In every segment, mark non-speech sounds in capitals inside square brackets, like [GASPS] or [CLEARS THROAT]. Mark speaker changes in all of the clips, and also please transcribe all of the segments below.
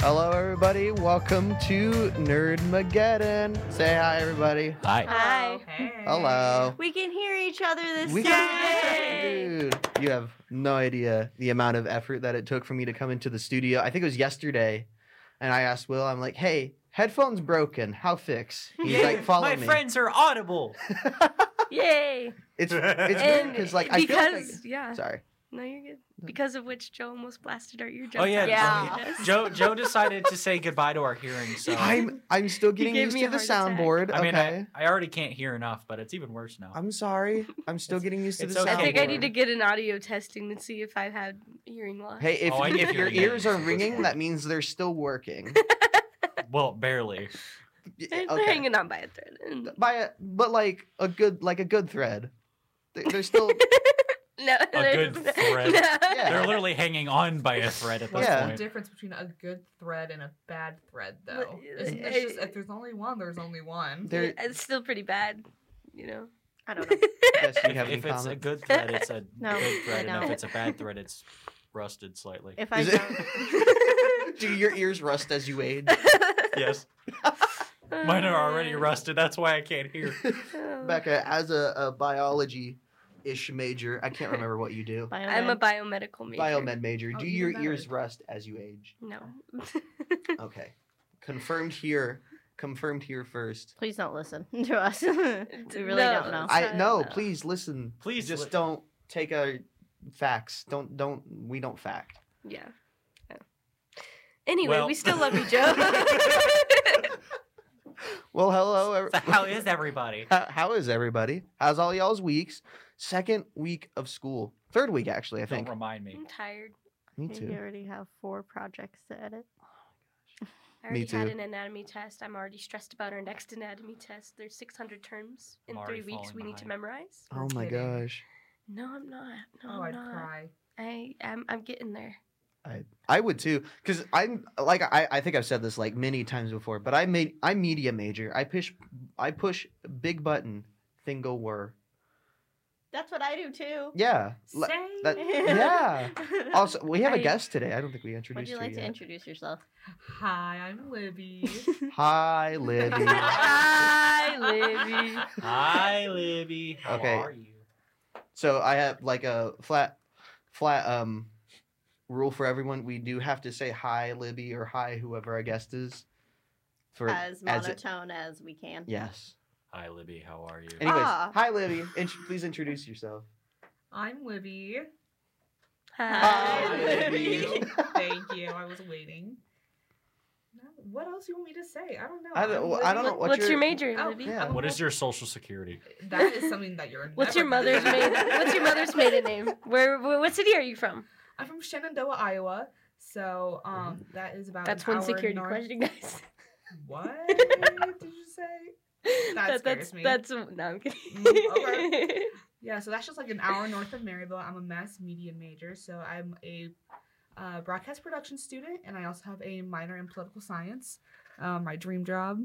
Speaker 1: Hello, everybody. Welcome to Nerd Mageddon. Say hi, everybody.
Speaker 2: Hi.
Speaker 3: Hi.
Speaker 1: Hello.
Speaker 3: We can hear each other this
Speaker 1: We
Speaker 3: time.
Speaker 1: dude, you have no idea the amount of effort that it took for me to come into the studio. I think it was yesterday, and I asked Will. I'm like, "Hey, headphones broken. How fix?" He's
Speaker 4: [LAUGHS]
Speaker 1: like, "Follow
Speaker 5: My
Speaker 1: me."
Speaker 5: friends are audible.
Speaker 3: Yay.
Speaker 1: It's it's
Speaker 3: And
Speaker 1: weird because like I feel like,
Speaker 4: because yeah, [LAUGHS]
Speaker 1: sorry.
Speaker 4: no, you're good. Because of which Joe almost blasted our eardrums.
Speaker 5: Oh yeah,
Speaker 4: out.
Speaker 3: Yeah.
Speaker 5: yeah. Joe Joe decided to say goodbye to our hearing. So
Speaker 1: I'm I'm still getting
Speaker 4: gave
Speaker 1: used
Speaker 4: me
Speaker 1: to
Speaker 4: a
Speaker 1: the
Speaker 4: heart attack.
Speaker 1: soundboard.
Speaker 5: I mean,
Speaker 1: okay.
Speaker 5: I, I already can't hear enough, but it's even worse now.
Speaker 1: I'm sorry. I'm still
Speaker 5: It's-
Speaker 1: getting used to
Speaker 5: it's
Speaker 1: the
Speaker 5: okay.
Speaker 4: I
Speaker 1: soundboard.
Speaker 4: think I need to get an audio testing to see if I've had hearing loss. [LAUGHS]
Speaker 1: Hey, if,
Speaker 5: Oh, I
Speaker 1: if
Speaker 5: hear
Speaker 1: your
Speaker 5: you.
Speaker 1: ears are ringing, that means they're still working.
Speaker 5: well, barely.
Speaker 1: Y-
Speaker 4: they're, they're
Speaker 1: okay.
Speaker 4: hanging on by a thread. [LAUGHS] And-
Speaker 1: By a, but like a good like a good thread. They- They're still
Speaker 4: No,
Speaker 5: A
Speaker 4: [LAUGHS]
Speaker 5: good
Speaker 4: there's-
Speaker 5: thread.
Speaker 4: no.
Speaker 1: Yeah.
Speaker 5: They're literally hanging on by a thread at this
Speaker 1: Yeah.
Speaker 6: What's the
Speaker 5: point.
Speaker 6: difference between a good thread and a bad thread, though?
Speaker 1: uh,
Speaker 4: Well,
Speaker 6: Isn't
Speaker 4: I-
Speaker 6: this just if there's only one, there's only one?
Speaker 1: they're
Speaker 4: [LAUGHS] It's still pretty bad, you know.
Speaker 3: I don't know.
Speaker 1: yes, you
Speaker 5: If,
Speaker 1: have any
Speaker 5: if it's a
Speaker 1: comment.
Speaker 5: good thread, it's a
Speaker 3: No,
Speaker 5: good
Speaker 3: I
Speaker 5: thread, and
Speaker 3: don't.
Speaker 5: if it's a bad thread, it's rusted slightly.
Speaker 3: If I
Speaker 1: Is it-
Speaker 3: don't.
Speaker 1: Do your ears rust as you age?
Speaker 5: [LAUGHS] yes, mine are already
Speaker 4: Uh,
Speaker 5: rusted. That's why I can't
Speaker 1: [LAUGHS]
Speaker 5: hear.
Speaker 1: Becca, as a, a biology ish major, I can't remember what you do.
Speaker 3: Biomed.
Speaker 4: I'm a biomedical major.
Speaker 1: Biomed major.
Speaker 6: Oh,
Speaker 1: Do
Speaker 6: even
Speaker 1: your ears
Speaker 6: better.
Speaker 1: rust as you age?
Speaker 4: No.
Speaker 1: Okay. Confirmed here. Confirmed here first.
Speaker 3: Please don't listen [LAUGHS] to us. we really
Speaker 4: No.
Speaker 3: don't know.
Speaker 1: I
Speaker 4: Sorry,
Speaker 1: no,
Speaker 4: no.
Speaker 1: please listen.
Speaker 5: Please
Speaker 1: just
Speaker 5: li-
Speaker 1: don't take our facts. Don't don't we don't fact.
Speaker 4: Yeah. Yeah. Anyway,
Speaker 5: Well-
Speaker 4: we still love you, Joe.
Speaker 1: Well, hello. ev-
Speaker 5: So [LAUGHS]
Speaker 1: [LAUGHS]
Speaker 5: how is everybody?
Speaker 1: How, how is everybody? How's all y'all's weeks? Second week of school. Third week, actually, I
Speaker 5: Don't
Speaker 1: think.
Speaker 5: remind me.
Speaker 4: I'm tired.
Speaker 1: Me
Speaker 3: Maybe you
Speaker 1: too.
Speaker 3: already have four projects to edit.
Speaker 4: I already had
Speaker 1: too.
Speaker 4: an anatomy test. I'm already stressed about our next anatomy test. There's 600 terms in
Speaker 5: I'm already
Speaker 4: three weeks
Speaker 5: falling
Speaker 4: we need to
Speaker 5: behind.
Speaker 4: memorize.
Speaker 1: Oh my
Speaker 6: kidding.
Speaker 1: gosh.
Speaker 4: No, I'm not. No, I'm
Speaker 6: Oh, I'd
Speaker 4: not.
Speaker 6: cry.
Speaker 4: I, I'm, I'm getting [LAUGHS] there.
Speaker 1: I would too, because I'm like I, I think I've said this like many times before, but I made I'm media major. I push I push big button thingo were
Speaker 3: That's what I do too.
Speaker 1: yeah le-
Speaker 6: Say
Speaker 1: that-
Speaker 6: it.
Speaker 3: [LAUGHS]
Speaker 1: yeah. Also, we have a
Speaker 3: I-
Speaker 1: guest today. I don't think we
Speaker 3: Would
Speaker 1: introduced
Speaker 3: you
Speaker 1: her
Speaker 3: like to
Speaker 1: yet.
Speaker 3: introduce yourself?
Speaker 6: Hi,
Speaker 1: [LAUGHS]
Speaker 6: I'm Libby.
Speaker 1: Hi, Libby.
Speaker 3: [LAUGHS]
Speaker 4: I live you.
Speaker 5: Hi, Libby. How
Speaker 1: Okay.
Speaker 5: are you?
Speaker 1: So I have like a flat, flat um, rule for everyone. We do have to say hi, Libby, or hi, whoever our guest is. For
Speaker 3: As
Speaker 1: as it-
Speaker 3: monotone as we can.
Speaker 1: yes.
Speaker 5: Hi, Libby. How are you?
Speaker 1: Anyways,
Speaker 3: Ah.
Speaker 1: hi, Libby. Int- please introduce yourself.
Speaker 6: [LAUGHS] I'm Libby.
Speaker 4: Hi,
Speaker 1: Hi,
Speaker 4: Libby.
Speaker 1: Libby. [LAUGHS]
Speaker 6: Thank you. I was waiting. No, What else do you want me to say? I don't know.
Speaker 1: I don't-
Speaker 6: I'm
Speaker 1: I don't
Speaker 6: Libby.
Speaker 1: know what
Speaker 4: what's
Speaker 1: your-
Speaker 4: your, major,
Speaker 6: Oh,
Speaker 4: Libby?
Speaker 1: yeah.
Speaker 5: What is your social security?
Speaker 6: That is something that you're.
Speaker 4: [LAUGHS] What's
Speaker 6: never
Speaker 4: your mother's
Speaker 6: gonna [LAUGHS]
Speaker 4: maiden?
Speaker 6: get.
Speaker 4: What's your mother's maiden name? Where, where? What city are you from?
Speaker 6: I'm from Shenandoah, Iowa. So um,
Speaker 1: Mm-hmm.
Speaker 6: that is about.
Speaker 4: That's
Speaker 6: an
Speaker 4: one
Speaker 6: hour
Speaker 4: security
Speaker 6: north-
Speaker 4: question, guys. [LAUGHS]
Speaker 6: What did you say?
Speaker 4: That-
Speaker 6: scares
Speaker 4: that's
Speaker 6: me.
Speaker 4: that's no, I'm kidding.
Speaker 6: Mm, okay. Yeah, so that's just like an hour north of Maryville. I'm a mass media major, so I'm a uh, broadcast production student, and I also have a minor in political science. Um, my dream job,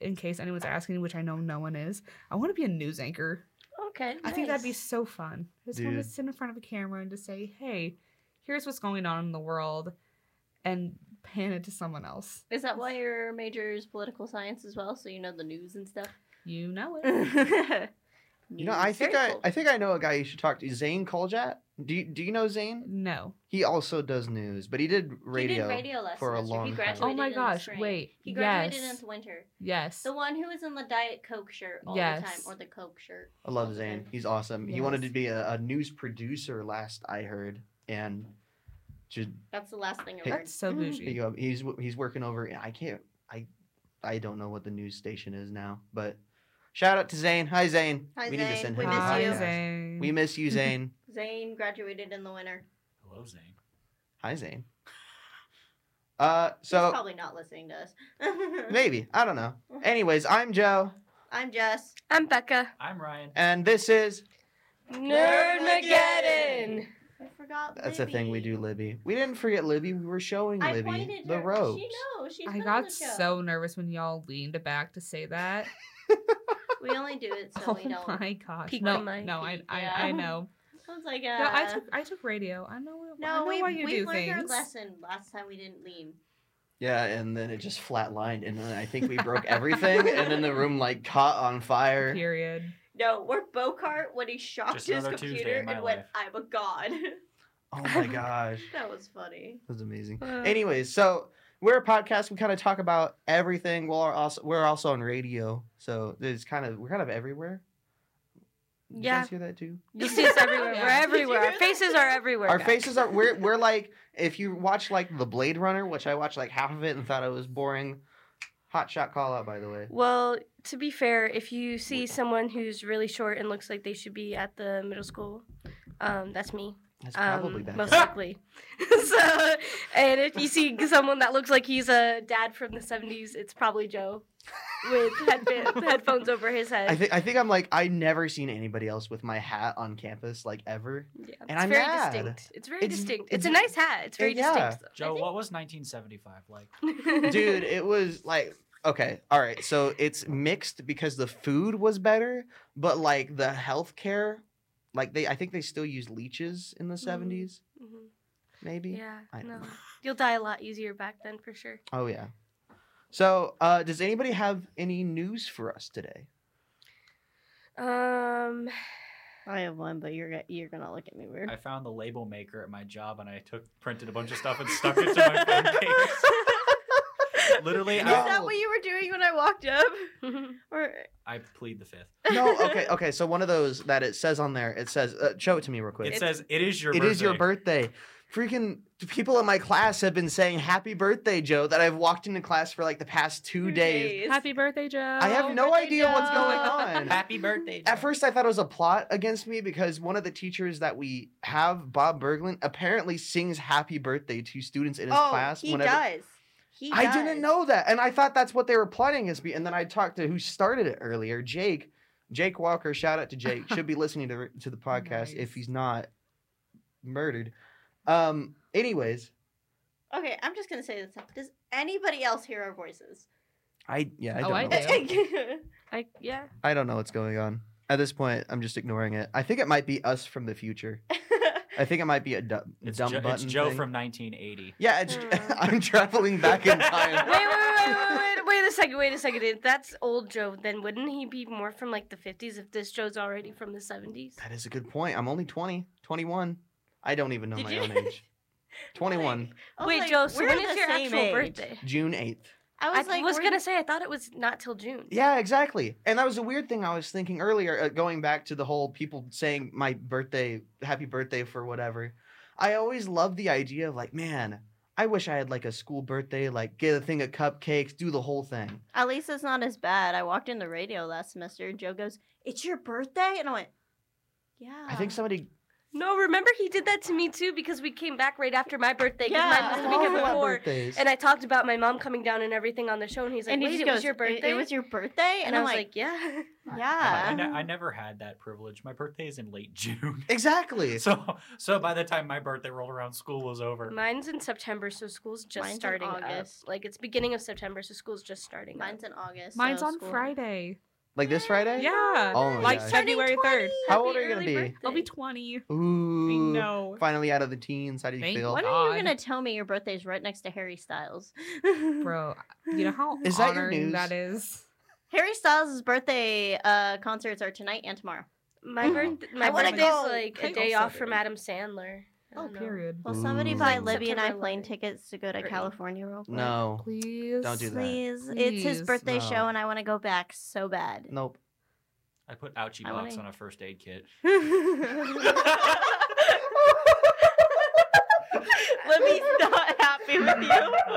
Speaker 6: in case anyone's asking, which I know no one is, I want to be a news anchor.
Speaker 4: [LAUGHS] Okay,
Speaker 6: I think that'd be
Speaker 4: nice.
Speaker 6: so fun. I just want to
Speaker 1: Dude.
Speaker 6: sit in front of a camera and just say, "Hey, here's what's going on in the world," and pan it to someone else.
Speaker 3: Is that why your major is political science as well? So you know the news and [LAUGHS] stuff?
Speaker 6: You know it.
Speaker 3: [LAUGHS] you
Speaker 1: You know, I think I, I think I know a guy you should talk to. Zane Koljat. Do you, do you know Zane?
Speaker 6: no.
Speaker 1: He also does news, but he did radio.
Speaker 3: he did radio lessons
Speaker 1: for a long
Speaker 3: he
Speaker 1: time.
Speaker 3: graduated
Speaker 6: Oh my
Speaker 3: in the
Speaker 6: gosh!
Speaker 3: spring.
Speaker 6: Wait.
Speaker 3: He graduated
Speaker 6: yes.
Speaker 3: in the winter.
Speaker 6: Yes.
Speaker 3: The one who was in the Diet Coke shirt all the time,
Speaker 6: Yes.
Speaker 3: or the Coke shirt.
Speaker 1: I love
Speaker 3: all the
Speaker 1: Zane.
Speaker 3: time.
Speaker 1: He's awesome. He wanted
Speaker 6: Yes.
Speaker 1: to be a, a news producer last I heard, and just
Speaker 3: That's the last thing I
Speaker 1: Hey.
Speaker 3: heard. Mm-hmm.
Speaker 6: That's so
Speaker 1: There
Speaker 6: bougie.
Speaker 1: you go. He's w- he's working over. I can't. I I don't know what the news station is now, but shout out to Zane. Hi Zane.
Speaker 3: Hi,
Speaker 1: we need to
Speaker 3: Zane.
Speaker 1: send
Speaker 3: We
Speaker 1: him a
Speaker 3: miss you.
Speaker 1: podcast.
Speaker 6: Zane.
Speaker 1: We miss you, Zane.
Speaker 3: Zane graduated in the winter.
Speaker 5: Hello, Zane.
Speaker 1: Hi Zane. Uh,
Speaker 3: He's
Speaker 1: so
Speaker 3: probably Mm. not listening to us.
Speaker 1: maybe I don't know. Anyways, I'm Joe,
Speaker 3: [LAUGHS] I'm Jess.
Speaker 4: I'm Becca.
Speaker 5: I'm Ryan.
Speaker 1: and this is
Speaker 4: Nerdmageddon.
Speaker 3: I forgot.
Speaker 1: that's a thing we
Speaker 3: Libby.
Speaker 1: do, Libby. We didn't forget Libby. We were showing
Speaker 3: I
Speaker 1: Libby
Speaker 3: pointed
Speaker 1: the
Speaker 3: her.
Speaker 1: ropes.
Speaker 3: She knows. She's
Speaker 6: I
Speaker 3: been on
Speaker 6: got
Speaker 3: the show.
Speaker 6: so nervous when y'all leaned back to say that.
Speaker 3: We only do it [LAUGHS] so
Speaker 6: [LAUGHS] oh
Speaker 3: we don't.
Speaker 6: my gosh!
Speaker 4: Peek
Speaker 6: No,
Speaker 4: on my
Speaker 6: no, I, I,
Speaker 3: yeah.
Speaker 6: I
Speaker 3: [LAUGHS]
Speaker 6: know.
Speaker 3: I was like,
Speaker 6: no, I
Speaker 3: uh,
Speaker 6: took, I took radio. I know. I
Speaker 3: No,
Speaker 6: know
Speaker 3: we
Speaker 6: why you
Speaker 3: we
Speaker 6: do
Speaker 3: learned our
Speaker 6: things.
Speaker 3: lesson last time we didn't lean.
Speaker 1: Yeah, and then it just flatlined, and then I think we broke everything, and then the room like caught on fire.
Speaker 7: Period.
Speaker 3: No, we're Bocart when he shocked
Speaker 5: Just
Speaker 3: his
Speaker 5: another
Speaker 3: computer
Speaker 5: Tuesday in
Speaker 3: and
Speaker 5: my
Speaker 3: went,
Speaker 5: life.
Speaker 3: "I'm a god." [LAUGHS]
Speaker 1: Oh my gosh,
Speaker 3: that was funny.
Speaker 1: that was amazing.
Speaker 4: Uh,
Speaker 1: Anyways, so we're a podcast. We kind of talk about everything. We're also we're also on radio, so it's kind of we're kind of everywhere. Did
Speaker 4: Yeah.
Speaker 1: you guys hear that too?
Speaker 4: You'll see us everywhere.
Speaker 7: Yeah. Did
Speaker 4: We're
Speaker 7: you
Speaker 4: everywhere. Our
Speaker 3: hear that?
Speaker 4: faces are everywhere.
Speaker 1: Our
Speaker 4: guys.
Speaker 1: faces are we're we're
Speaker 4: [LAUGHS]
Speaker 1: like if you watch like the Blade Runner, which I watched like half of it and thought it was boring. Hot shot call out, by the way.
Speaker 4: Well, to be fair, if you see someone who's really short and looks like they should be at the middle school, um, that's me.
Speaker 1: That's
Speaker 4: Um,
Speaker 1: probably bad.
Speaker 4: most likely. [LAUGHS] so, and if you see someone that looks like he's a dad from the '70s, it's probably Joe with
Speaker 1: [LAUGHS]
Speaker 4: headba- headphones over his head.
Speaker 1: I think I think I'm like I never seen anybody else with my hat on campus like ever.
Speaker 4: yeah,
Speaker 1: and
Speaker 4: it's
Speaker 1: I'm
Speaker 4: very
Speaker 1: mad.
Speaker 4: distinct. It's very
Speaker 1: It's-
Speaker 4: distinct.
Speaker 1: it's-
Speaker 4: It's, a nice hat. It's very
Speaker 1: Yeah.
Speaker 4: distinct.
Speaker 5: Joe, what was 1975 like?
Speaker 4: [LAUGHS] though.
Speaker 1: dude it was like okay all right so it's mixed because the food was better but like the healthcare like they i think they still use leeches in the
Speaker 4: Mhm.
Speaker 1: 70s
Speaker 4: Mhm.
Speaker 1: maybe
Speaker 4: Yeah,
Speaker 1: I don't
Speaker 4: no,
Speaker 1: know.
Speaker 4: you'll die a lot easier back then for sure.
Speaker 1: oh yeah so uh does anybody have any news for us today
Speaker 4: Um,
Speaker 3: I have one, but you're you're gonna look at me weird.
Speaker 5: I found the label maker at my job and I took printed a bunch of stuff and stuck it to
Speaker 3: [LAUGHS]
Speaker 5: my [LAUGHS] phone case. Literally,
Speaker 3: Is
Speaker 1: No.
Speaker 5: I,
Speaker 3: that what you were doing when I walked up? [LAUGHS] Or
Speaker 5: I plead the fifth.
Speaker 1: no okay [LAUGHS] okay so one of those that it says on there it says uh, show it to me real quick
Speaker 5: It says, "It is your
Speaker 1: It
Speaker 5: birthday."
Speaker 1: is your birthday. Freaking people in my class have been saying happy birthday, Joe, that I've walked into class for like the past two days. Oh
Speaker 6: Happy birthday, Joe.
Speaker 1: I have no
Speaker 3: birthday,
Speaker 1: idea what's
Speaker 3: Joe. [LAUGHS]
Speaker 1: going on.
Speaker 5: Happy birthday.
Speaker 1: At first, I thought it was a plot against me because one of the teachers that we have, Bob Berglund, apparently sings "Happy Birthday" to students in his
Speaker 3: oh,
Speaker 1: class.
Speaker 3: he
Speaker 1: whenever
Speaker 3: does. He
Speaker 1: I
Speaker 3: does.
Speaker 1: didn't know that, and I thought that's what they were plotting against me. And then I talked to who started it earlier, Jake, Jake Walker. Shout out to
Speaker 3: [LAUGHS]
Speaker 1: Jake. Should be listening to to the podcast if
Speaker 7: Nice.
Speaker 1: he's not murdered. Um. Anyways,
Speaker 3: Okay, I'm just gonna say this. Does anybody else hear our voices?
Speaker 1: I yeah, I
Speaker 6: Oh,
Speaker 1: don't
Speaker 6: I
Speaker 1: know.
Speaker 6: do.
Speaker 4: I yeah.
Speaker 1: [LAUGHS] I don't know what's going on at this point. I'm just ignoring it. I think it might be us from the future. I think it might be a du-
Speaker 5: it's,
Speaker 1: dumb
Speaker 5: Jo- it's
Speaker 1: button.
Speaker 5: Joe
Speaker 1: thing.
Speaker 5: from 1980.
Speaker 1: Yeah, it's,
Speaker 4: Mm.
Speaker 1: [LAUGHS] I'm traveling back
Speaker 4: [LAUGHS]
Speaker 1: in time.
Speaker 4: [LAUGHS] Wait, wait, wait, wait, wait, wait a second, wait a second. If that's old Joe, then wouldn't he be more from like the 50s if this Joe's already from the 70s?
Speaker 1: That is a good point. I'm only 20, 21. I don't even know
Speaker 3: Did
Speaker 1: my
Speaker 3: you-
Speaker 1: own
Speaker 4: [LAUGHS]
Speaker 1: age. 21,
Speaker 3: I was
Speaker 4: Wait,
Speaker 3: like,
Speaker 4: Joe, so
Speaker 3: we're
Speaker 4: when
Speaker 3: the
Speaker 4: is your
Speaker 3: same
Speaker 4: actual
Speaker 3: age.
Speaker 4: birthday?
Speaker 1: June 8th.
Speaker 3: I
Speaker 4: I
Speaker 3: was
Speaker 4: was,
Speaker 3: like, we're-
Speaker 4: gonna say I thought it was not till June.
Speaker 1: Yeah, exactly. And that was a weird thing I was thinking earlier, uh, going back to the whole people saying my birthday, happy birthday for whatever. I always love the idea of like, man, I wish I had like a school birthday, like get a thing of cupcakes, do the whole thing.
Speaker 3: At least it's not as bad. I walked in the radio last semester. and Joe goes, "It's your birthday," and I went, "Yeah."
Speaker 1: I think somebody
Speaker 4: No, remember he did that to me too because we came back right after my birthday. 'cause
Speaker 3: Yeah,
Speaker 4: mine was
Speaker 3: Oh. I
Speaker 4: the
Speaker 1: All
Speaker 4: weekend
Speaker 1: about
Speaker 4: before.
Speaker 1: birthdays.
Speaker 4: And I talked about my mom coming down and everything on the show, and he's like,
Speaker 3: And
Speaker 4: "Wait,
Speaker 3: he just
Speaker 4: it
Speaker 3: goes,
Speaker 4: was your birthday."
Speaker 3: It, was your birthday,
Speaker 4: and I was like, "Yeah."
Speaker 3: "Yeah."
Speaker 5: I, I, ne- I never had that privilege. My birthday is in late June.
Speaker 1: exactly.
Speaker 5: [LAUGHS] So, so by the time my birthday rolled around, school was over.
Speaker 4: Mine's in September, so school's just
Speaker 3: Mine's in
Speaker 4: starting up.
Speaker 3: August.
Speaker 4: Like it's beginning of September, so school's just starting. up.
Speaker 3: Mine's in August.
Speaker 6: Mine's
Speaker 3: so
Speaker 6: on
Speaker 3: school-
Speaker 6: Friday.
Speaker 1: like this Friday?
Speaker 6: Yeah.
Speaker 1: Oh my
Speaker 6: like
Speaker 1: gosh.
Speaker 6: February Oh,
Speaker 3: Turning
Speaker 6: 3rd.
Speaker 3: 20.
Speaker 1: How old
Speaker 4: Happy
Speaker 1: are you gonna
Speaker 4: early
Speaker 1: be?
Speaker 6: I'll be
Speaker 4: birthday.
Speaker 6: 20.
Speaker 1: Ooh.
Speaker 6: I know.
Speaker 1: Finally out of the teens. How do you
Speaker 6: Thank
Speaker 1: feel?
Speaker 6: God.
Speaker 3: When are you gonna tell me your birthday's right next to Harry Styles? [LAUGHS]
Speaker 6: Bro, you know how
Speaker 1: [LAUGHS] Is that your
Speaker 6: honored
Speaker 1: news?
Speaker 6: that is?
Speaker 3: Harry Styles' birthday uh, concerts are tonight and tomorrow.
Speaker 4: My
Speaker 3: [GASPS]
Speaker 1: Wow.
Speaker 4: birth,
Speaker 3: I
Speaker 4: my
Speaker 3: wanna
Speaker 4: birthday's
Speaker 3: go.
Speaker 4: like
Speaker 6: I
Speaker 4: a day
Speaker 6: also
Speaker 4: off from
Speaker 1: do.
Speaker 4: Adam Sandler. I
Speaker 6: Oh,
Speaker 4: don't know. [LAUGHS]
Speaker 6: period.
Speaker 3: Well, somebody
Speaker 1: Ooh.
Speaker 3: buy Libby and I
Speaker 4: September
Speaker 3: plane
Speaker 4: 11th.
Speaker 3: tickets to go to
Speaker 4: Great.
Speaker 3: California real quick.
Speaker 1: No.
Speaker 6: Please.
Speaker 1: Don't do that.
Speaker 3: Please. It's his
Speaker 6: Please,
Speaker 3: birthday
Speaker 1: no.
Speaker 3: show and I want to go back so bad.
Speaker 6: [LAUGHS]
Speaker 1: Nope.
Speaker 5: I put ouchie
Speaker 3: I
Speaker 5: box
Speaker 3: wanna-
Speaker 5: on a first aid
Speaker 3: [LAUGHS]
Speaker 5: kit.
Speaker 3: [LAUGHS] Libby's not happy [LAUGHS] with you.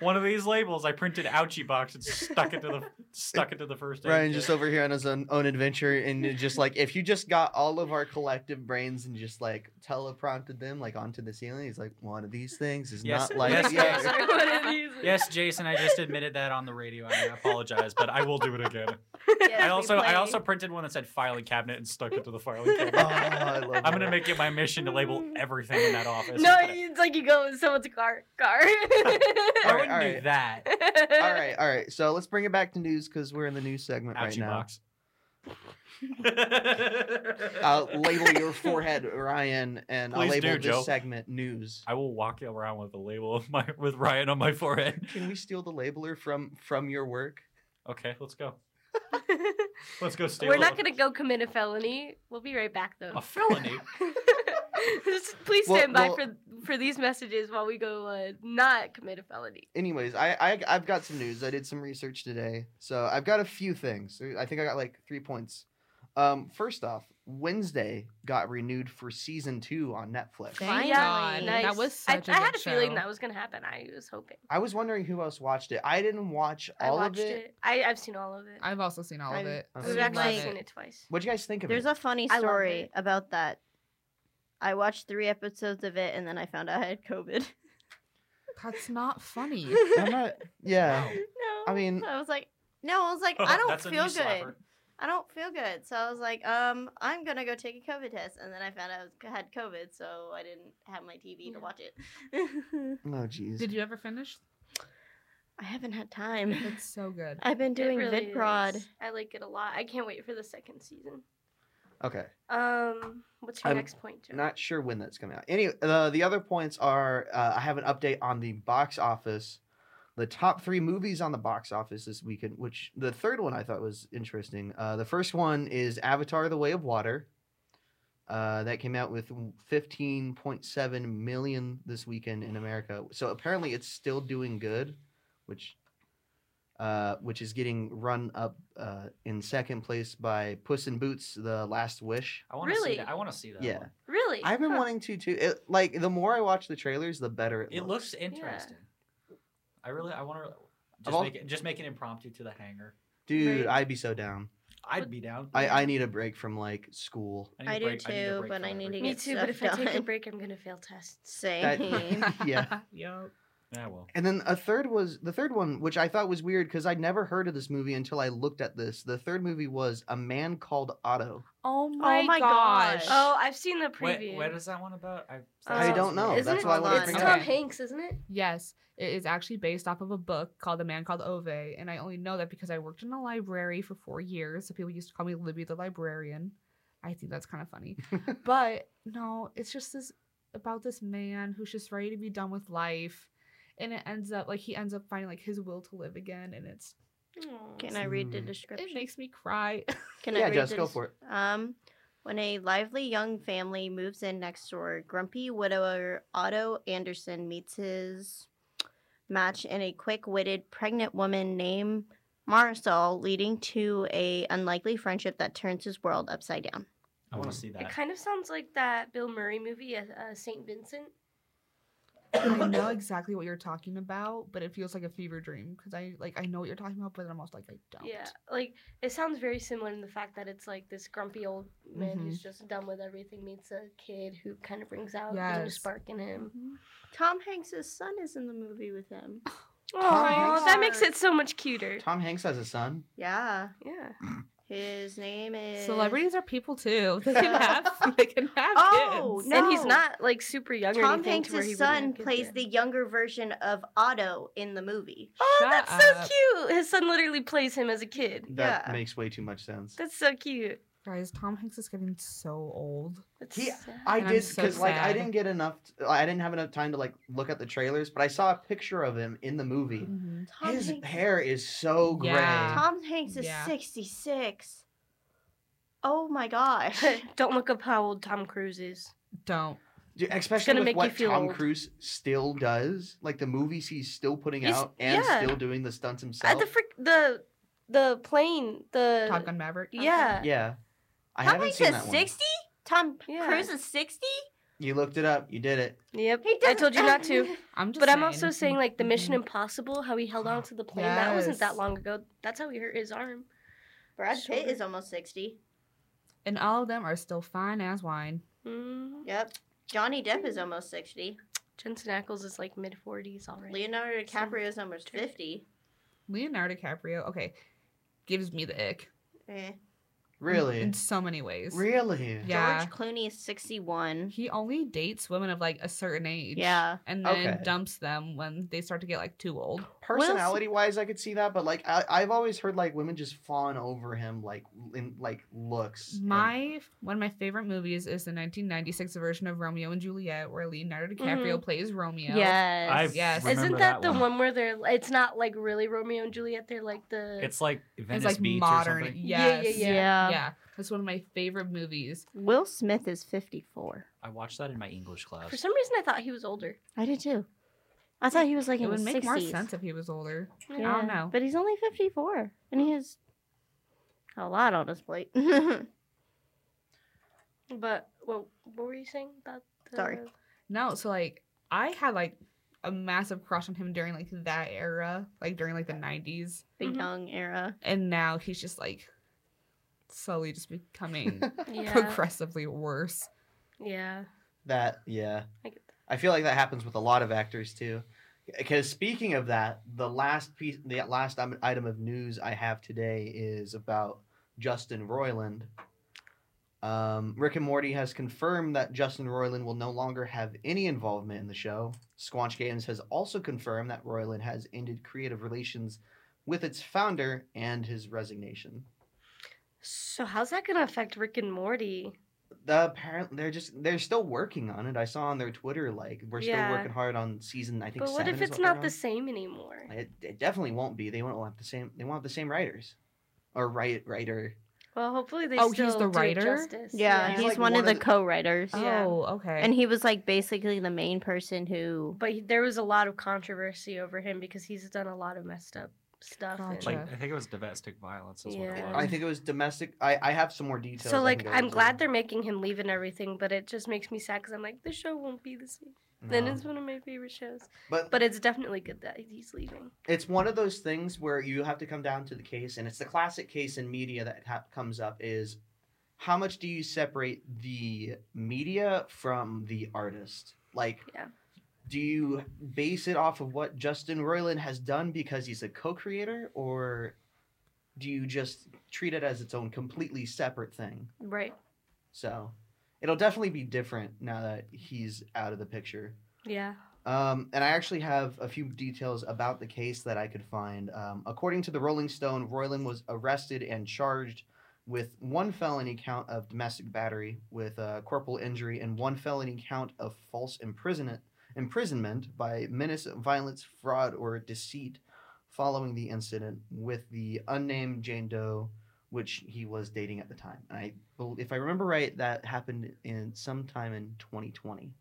Speaker 5: One of these labels, I printed ouchie box and stuck it to the stuck it to the first aid.
Speaker 1: Ryan
Speaker 5: kit.
Speaker 1: just over here on his own, own adventure and it just like if you just got all of our collective brains and just like teleprompted them like onto the ceiling, he's like, one of these things is
Speaker 5: Yes,
Speaker 1: not like [LAUGHS]
Speaker 5: yes,
Speaker 1: the
Speaker 5: yes.
Speaker 1: other."
Speaker 5: [LAUGHS] Yes, Jason, I just admitted that on the radio. and I apologize, but I will do it again.
Speaker 3: Yes,
Speaker 5: I
Speaker 3: we
Speaker 5: also I
Speaker 3: play.
Speaker 5: also printed one that said filing cabinet and stuck it to the filing cabinet.
Speaker 1: Oh, [LAUGHS] I love
Speaker 5: I'm gonna
Speaker 1: that.
Speaker 5: make it my mission to label everything in that office.
Speaker 4: No,
Speaker 5: I
Speaker 4: it's like you go in someone's car.
Speaker 5: [LAUGHS]
Speaker 4: Car.
Speaker 1: Alright,
Speaker 5: wouldn't
Speaker 4: [LAUGHS]
Speaker 5: do
Speaker 1: alright.
Speaker 5: that.
Speaker 1: All right, all right. So let's bring it back to news because we're in the news segment right
Speaker 5: Ouchie
Speaker 1: now.
Speaker 5: box. [LAUGHS]
Speaker 1: Uh, label your forehead, Ryan, and I'll
Speaker 5: Please
Speaker 1: label
Speaker 5: do,
Speaker 1: this
Speaker 5: Joe.
Speaker 1: segment news.
Speaker 5: I will walk around with a label of my with Ryan on my forehead.
Speaker 1: Can we steal the labeler from from your work?
Speaker 5: Okay, let's go. Let's go steal
Speaker 4: We're not
Speaker 5: a-
Speaker 4: gonna go commit a felony. We'll be right back though.
Speaker 5: a felony.
Speaker 4: [LAUGHS] Just Please
Speaker 1: Well-
Speaker 4: stand by
Speaker 1: well-
Speaker 4: for for these messages while we go uh, not commit a felony.
Speaker 1: Anyways, I, I I've got some news. I did some research today, so I've got a few things. I think I got like three points. Um, first off, Wednesday got renewed for season two on Netflix.
Speaker 6: Thank
Speaker 3: Finally.
Speaker 6: God.
Speaker 4: Nice.
Speaker 6: That was
Speaker 4: I
Speaker 6: such a
Speaker 4: I had a
Speaker 6: good
Speaker 4: feeling
Speaker 6: show.
Speaker 4: that was gonna happen. I was hoping.
Speaker 1: I was wondering who else watched it. I didn't watch all
Speaker 4: I watched
Speaker 1: of it.
Speaker 4: I, I've seen all of it.
Speaker 6: I've also seen all of
Speaker 3: I'm-
Speaker 6: it.
Speaker 1: I've
Speaker 4: We've
Speaker 1: I
Speaker 4: actually
Speaker 3: like-
Speaker 4: seen it twice.
Speaker 1: What'd you guys think of
Speaker 3: There's
Speaker 1: it?
Speaker 3: a funny
Speaker 4: I love
Speaker 3: story
Speaker 4: it.
Speaker 3: about that. I watched three episodes of it and then I found out I had COVID.
Speaker 6: That's
Speaker 1: [LAUGHS]
Speaker 6: not funny.
Speaker 3: [LAUGHS]
Speaker 1: I'm not. Yeah.
Speaker 5: Wow.
Speaker 3: No.
Speaker 1: I mean-
Speaker 3: I was like, no, I was like, I
Speaker 5: Oh,
Speaker 3: don't
Speaker 5: That's a knee
Speaker 3: feel good.
Speaker 5: slapper.
Speaker 3: I don't feel good. So I was like, um, I'm gonna go take a COVID test, and then I found out I had COVID, so I didn't have my TV
Speaker 4: Yeah.
Speaker 3: to
Speaker 1: [LAUGHS]
Speaker 3: watch it. [LAUGHS]
Speaker 1: Oh jeez.
Speaker 6: Did you ever finish?
Speaker 3: I haven't had time.
Speaker 6: It's so good.
Speaker 3: [LAUGHS] I've been
Speaker 4: It
Speaker 3: doing
Speaker 4: really
Speaker 3: VidProd.
Speaker 4: is. I like it a lot. I can't wait for the second season.
Speaker 1: Okay.
Speaker 4: Um, what's your
Speaker 1: I'm
Speaker 4: next point, Joe?
Speaker 1: Not sure when that's coming out. Any uh, the other points are uh, I have an update on the box office, the top three movies on the box office this weekend. Which the third one I thought was interesting. Uh, the first one is Avatar: The Way of Water. Uh, that came out with 15.7 million this weekend in America. So apparently it's still doing good, which uh, which is getting run up uh, in second place by Puss in Boots: The Last Wish.
Speaker 5: I want to see
Speaker 4: Really?
Speaker 5: that. I want to see that.
Speaker 1: Yeah.
Speaker 5: one.
Speaker 4: really?
Speaker 1: I've been
Speaker 4: Huh.
Speaker 1: wanting to too. It, like the more I watch the trailers, the better it,
Speaker 5: It
Speaker 1: looks.
Speaker 5: looks interesting. I really, I want to just
Speaker 1: all-
Speaker 5: make it, just make an impromptu to the hangar.
Speaker 1: Dude,
Speaker 4: Right.
Speaker 1: I'd be so down.
Speaker 5: I'd
Speaker 4: Would-
Speaker 5: be down.
Speaker 1: I, I need a break from like school.
Speaker 5: need a
Speaker 3: I do
Speaker 5: break- need a
Speaker 3: too,
Speaker 5: break
Speaker 3: but
Speaker 5: from
Speaker 3: I need to
Speaker 5: everything.
Speaker 4: Me
Speaker 3: get
Speaker 4: too, but if I
Speaker 3: stuff
Speaker 4: take a
Speaker 3: done.
Speaker 4: break, I'm gonna fail
Speaker 6: [LAUGHS]
Speaker 4: tests.
Speaker 3: Same.
Speaker 1: [LAUGHS] Yeah.
Speaker 7: Yup.
Speaker 5: Yeah, well,
Speaker 1: And then a third was the third one, which I thought was weird because I'd never heard of this movie until I looked at this. The third movie was A Man Called Otto.
Speaker 6: Oh
Speaker 3: my my gosh. gosh.
Speaker 4: Oh, I've seen the
Speaker 5: wait,
Speaker 4: preview.
Speaker 5: what is that one about? I,
Speaker 1: I don't know.
Speaker 4: Isn't
Speaker 1: That's
Speaker 4: it?
Speaker 1: why I wanted to
Speaker 4: it's
Speaker 1: bring
Speaker 4: Tom
Speaker 1: it up.
Speaker 5: Okay.
Speaker 4: Hanks, isn't it?
Speaker 6: Yes, it is actually based off of a book called A Man Called Ove, and I only know that because I worked in a library for four years, so people used to call me Libby the librarian. I think that's kind of funny, but no, it's just this about this man who's just ready to be done with life, and it ends up like he ends up finding like his will to live again, and it's
Speaker 3: Can I read
Speaker 5: Hmm.
Speaker 3: the
Speaker 1: Mm.
Speaker 6: it
Speaker 3: description?
Speaker 6: makes
Speaker 4: [COUGHS]
Speaker 6: me cry.
Speaker 3: Can I
Speaker 1: Yeah,
Speaker 3: read
Speaker 1: Jess,
Speaker 3: the
Speaker 1: go
Speaker 3: des-
Speaker 1: for it.
Speaker 3: Um, when a lively young family moves in next door, grumpy widower Otto Anderson meets his match in a quick-witted pregnant woman named Marisol, leading to a unlikely friendship that turns his world upside down.
Speaker 5: I want to see
Speaker 4: It
Speaker 5: that.
Speaker 4: kind of sounds like that Bill Murray movie, uh, uh, Saint Vincent.
Speaker 6: I know exactly what you're talking about, but it feels like a fever dream because I like I know what you're talking about, but I'm also like I don't.
Speaker 4: Yeah, like it sounds very similar in the fact that it's like this grumpy old man who's just done with everything meets a kid who kind of brings out a new
Speaker 6: Yes.
Speaker 4: spark in him.
Speaker 3: Tom Hanks' son is in the movie with him.
Speaker 4: Oh, that makes
Speaker 7: Hanks.
Speaker 4: it so much cuter.
Speaker 1: Tom Hanks has a son.
Speaker 3: Yeah,
Speaker 4: Yeah.
Speaker 3: his name is
Speaker 6: Celebrities are people too. [LAUGHS] They can
Speaker 4: [LAUGHS]
Speaker 6: have they can have
Speaker 3: Oh,
Speaker 6: kids.
Speaker 3: no.
Speaker 4: And he's not like super young or
Speaker 3: Tom
Speaker 4: anything. to where he
Speaker 3: Hanks'
Speaker 4: wouldn't have
Speaker 3: son
Speaker 4: kids
Speaker 3: plays
Speaker 4: yet.
Speaker 3: the younger version of Otto in the movie.
Speaker 4: Oh,
Speaker 6: Shut
Speaker 4: that's
Speaker 6: up.
Speaker 4: so cute. His son literally plays him as a kid.
Speaker 1: That
Speaker 3: Yeah.
Speaker 1: makes way too much sense.
Speaker 4: That's so cute.
Speaker 6: Guys, Tom Hanks is getting so old.
Speaker 4: That's
Speaker 1: He-
Speaker 4: sad.
Speaker 1: I
Speaker 6: And I'm
Speaker 1: did
Speaker 6: so
Speaker 1: because like I
Speaker 6: sad.
Speaker 1: didn't get enough. I didn't have enough time to like look at the trailers, but I saw a picture of him in the movie.
Speaker 4: Mm-hmm.
Speaker 3: Tom
Speaker 1: His
Speaker 3: Hanks.
Speaker 1: hair is so gray.
Speaker 6: Yeah.
Speaker 3: Tom Hanks is
Speaker 6: Yeah.
Speaker 3: 66. Oh
Speaker 4: [LAUGHS]
Speaker 3: my gosh.
Speaker 4: [LAUGHS] Don't look up how old Tom Cruise is.
Speaker 6: Don't.
Speaker 1: Dude, especially
Speaker 4: gonna
Speaker 1: with
Speaker 4: make you
Speaker 1: what
Speaker 4: feel
Speaker 1: Tom
Speaker 4: old.
Speaker 1: Cruise still does, like the movies he's still putting
Speaker 4: He's-
Speaker 1: out and
Speaker 4: yeah.
Speaker 1: still doing the stunts himself.
Speaker 4: At Uh, the frick, the the plane, the
Speaker 6: Top Gun Maverick.
Speaker 4: yeah.
Speaker 1: yeah, I
Speaker 3: Tom
Speaker 1: haven't
Speaker 3: Hanks
Speaker 1: seen
Speaker 3: is
Speaker 1: that one.
Speaker 3: 60? Tom
Speaker 4: Yeah.
Speaker 3: Cruise is 60?
Speaker 1: You looked it up. You did it.
Speaker 4: Yep.
Speaker 3: He
Speaker 4: I told you not
Speaker 3: doesn't-
Speaker 4: to.
Speaker 6: I'm just
Speaker 4: But I'm also
Speaker 6: saying.
Speaker 4: saying like the Mission
Speaker 6: Mhm.
Speaker 4: Impossible, how he held
Speaker 6: [GASPS]
Speaker 4: on to the plane. That wasn't
Speaker 6: Yes.
Speaker 4: that long ago. That's how he hurt his arm.
Speaker 3: [LAUGHS] Brad Pitt
Speaker 4: Sure.
Speaker 3: is almost 60.
Speaker 6: And all of them are still fine as wine.
Speaker 4: Mm.
Speaker 3: Yep. Johnny Depp is almost 60.
Speaker 4: Jensen Ackles is like mid 40s already.
Speaker 3: Leonardo DiCaprio is almost
Speaker 4: Sure.
Speaker 3: 50.
Speaker 6: Leonardo DiCaprio, okay, gives me the ick.
Speaker 3: Eh.
Speaker 1: Really?
Speaker 4: Mm-hmm.
Speaker 6: in so many ways.
Speaker 1: Really?
Speaker 6: Yeah.
Speaker 3: George Clooney is 61.
Speaker 6: He only dates women of like a certain age.
Speaker 3: Yeah.
Speaker 6: And then
Speaker 1: Okay.
Speaker 6: dumps them when they start to get like too old.
Speaker 1: Personality wise, I could see that, but like I, I've always heard like women just fawn over him like in like looks. and-
Speaker 6: My one of my favorite movies is the 1996 version of Romeo and Juliet, where Leonardo
Speaker 4: Mm-hmm.
Speaker 6: DiCaprio plays Romeo.
Speaker 4: Yes.
Speaker 5: I
Speaker 6: Yes.
Speaker 5: remember
Speaker 4: Isn't that, the
Speaker 5: one.
Speaker 4: one. where they're? It's not like really Romeo and Juliet. They're like the.
Speaker 5: It's like Venice
Speaker 6: It's like
Speaker 5: Beach or
Speaker 6: modern.
Speaker 5: something.
Speaker 6: Yes.
Speaker 4: Yeah.
Speaker 6: Yeah, that's one of my favorite movies.
Speaker 3: Will Smith is 54.
Speaker 5: I watched that in my English class.
Speaker 4: for some reason, I thought he was older.
Speaker 3: I did too. I thought he was like
Speaker 6: It
Speaker 3: in
Speaker 6: would
Speaker 3: his
Speaker 6: make
Speaker 3: 60s.
Speaker 6: more sense if he was older.
Speaker 4: I
Speaker 6: don't know.
Speaker 3: But he's only 54 and he has a lot on his plate. [LAUGHS] Sorry.
Speaker 4: But what what were you saying about? The,
Speaker 3: Sorry.
Speaker 6: No, so like I had like a massive crush on him during like that era, like during like the 90s,
Speaker 3: The
Speaker 4: Mhm.
Speaker 3: young era.
Speaker 6: and now he's just like slowly just [LAUGHS] becoming
Speaker 4: [LAUGHS] Yeah.
Speaker 6: progressively worse.
Speaker 4: yeah.
Speaker 1: That yeah.
Speaker 4: I get that.
Speaker 1: I feel like that happens with a lot of actors too. Because speaking of that, the last piece, the last im- item of news I have today is about Justin Roiland. Um, Rick and Morty has confirmed that Justin Roiland will no longer have any involvement in the show. Squanch Games has also confirmed that Roiland has ended creative relations with its founder and his resignation.
Speaker 4: So how's that gonna affect Rick and Morty?
Speaker 1: The, apparently, they're just they're still working on it. I saw on their Twitter like we're still
Speaker 4: Yeah.
Speaker 1: working hard on season. I think.
Speaker 4: But what
Speaker 1: seven
Speaker 4: if
Speaker 1: is
Speaker 4: it's
Speaker 1: we're
Speaker 4: not
Speaker 1: on.
Speaker 4: the same anymore?
Speaker 1: It, it definitely won't be. They won't have the same. They won't have the same writers, or write writer.
Speaker 4: Well, hopefully they
Speaker 6: Oh, he's
Speaker 4: still
Speaker 6: the
Speaker 4: do it
Speaker 6: writer?
Speaker 4: justice.
Speaker 3: Yeah,
Speaker 1: He's
Speaker 3: he's
Speaker 1: like
Speaker 3: one, of the, co-writers.
Speaker 4: Yeah.
Speaker 6: Oh, okay.
Speaker 3: And he was like basically the main person who
Speaker 4: But he- there was a lot of controversy over him because he's done a lot of messed up stuff. and-
Speaker 5: Like
Speaker 6: Gotcha.
Speaker 5: I think it was domestic violence. Is what it
Speaker 4: Yeah.
Speaker 5: was.
Speaker 1: I think it was domestic. I I have some more details.
Speaker 4: so
Speaker 1: I
Speaker 4: like
Speaker 1: can go
Speaker 4: I'm
Speaker 1: into.
Speaker 4: glad they're making him leave and everything, but it just makes me sad because I'm like the show won't be the same. Then
Speaker 1: No.
Speaker 4: it's one of my favorite shows,
Speaker 1: but
Speaker 4: but it's definitely good that he's leaving.
Speaker 1: it's one of those things where you have to come down to the case, and it's the classic case in media that ha- comes up is how much do you separate the media from the artist? Like,
Speaker 4: Yeah.
Speaker 1: do you base it off of what Justin Roiland has done because he's a co-creator, or do you just treat it as its own completely separate thing?
Speaker 4: Right.
Speaker 1: So it'll definitely be different now that he's out of the picture.
Speaker 4: Yeah.
Speaker 1: Um, and I actually have a few details about the case that I could find. Um, according to the Rolling Stone, Royland was arrested and charged with one felony count of domestic battery with uh, corporal injury and one felony count of false imprisonment, imprisonment by menace, violence, fraud, or deceit following the incident with the unnamed Jane Doe, which he was dating at the time. And I, bel- if I remember right, that happened in sometime in 2020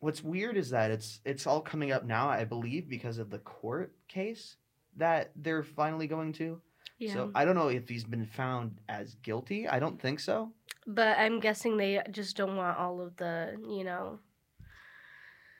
Speaker 1: what's weird is that it's it's all coming up now, I believe, because of the court case that they're finally going to.
Speaker 4: Yeah.
Speaker 1: So I don't know if he's been found as guilty. I don't think so.
Speaker 4: But I'm guessing they just don't want all of the, you know.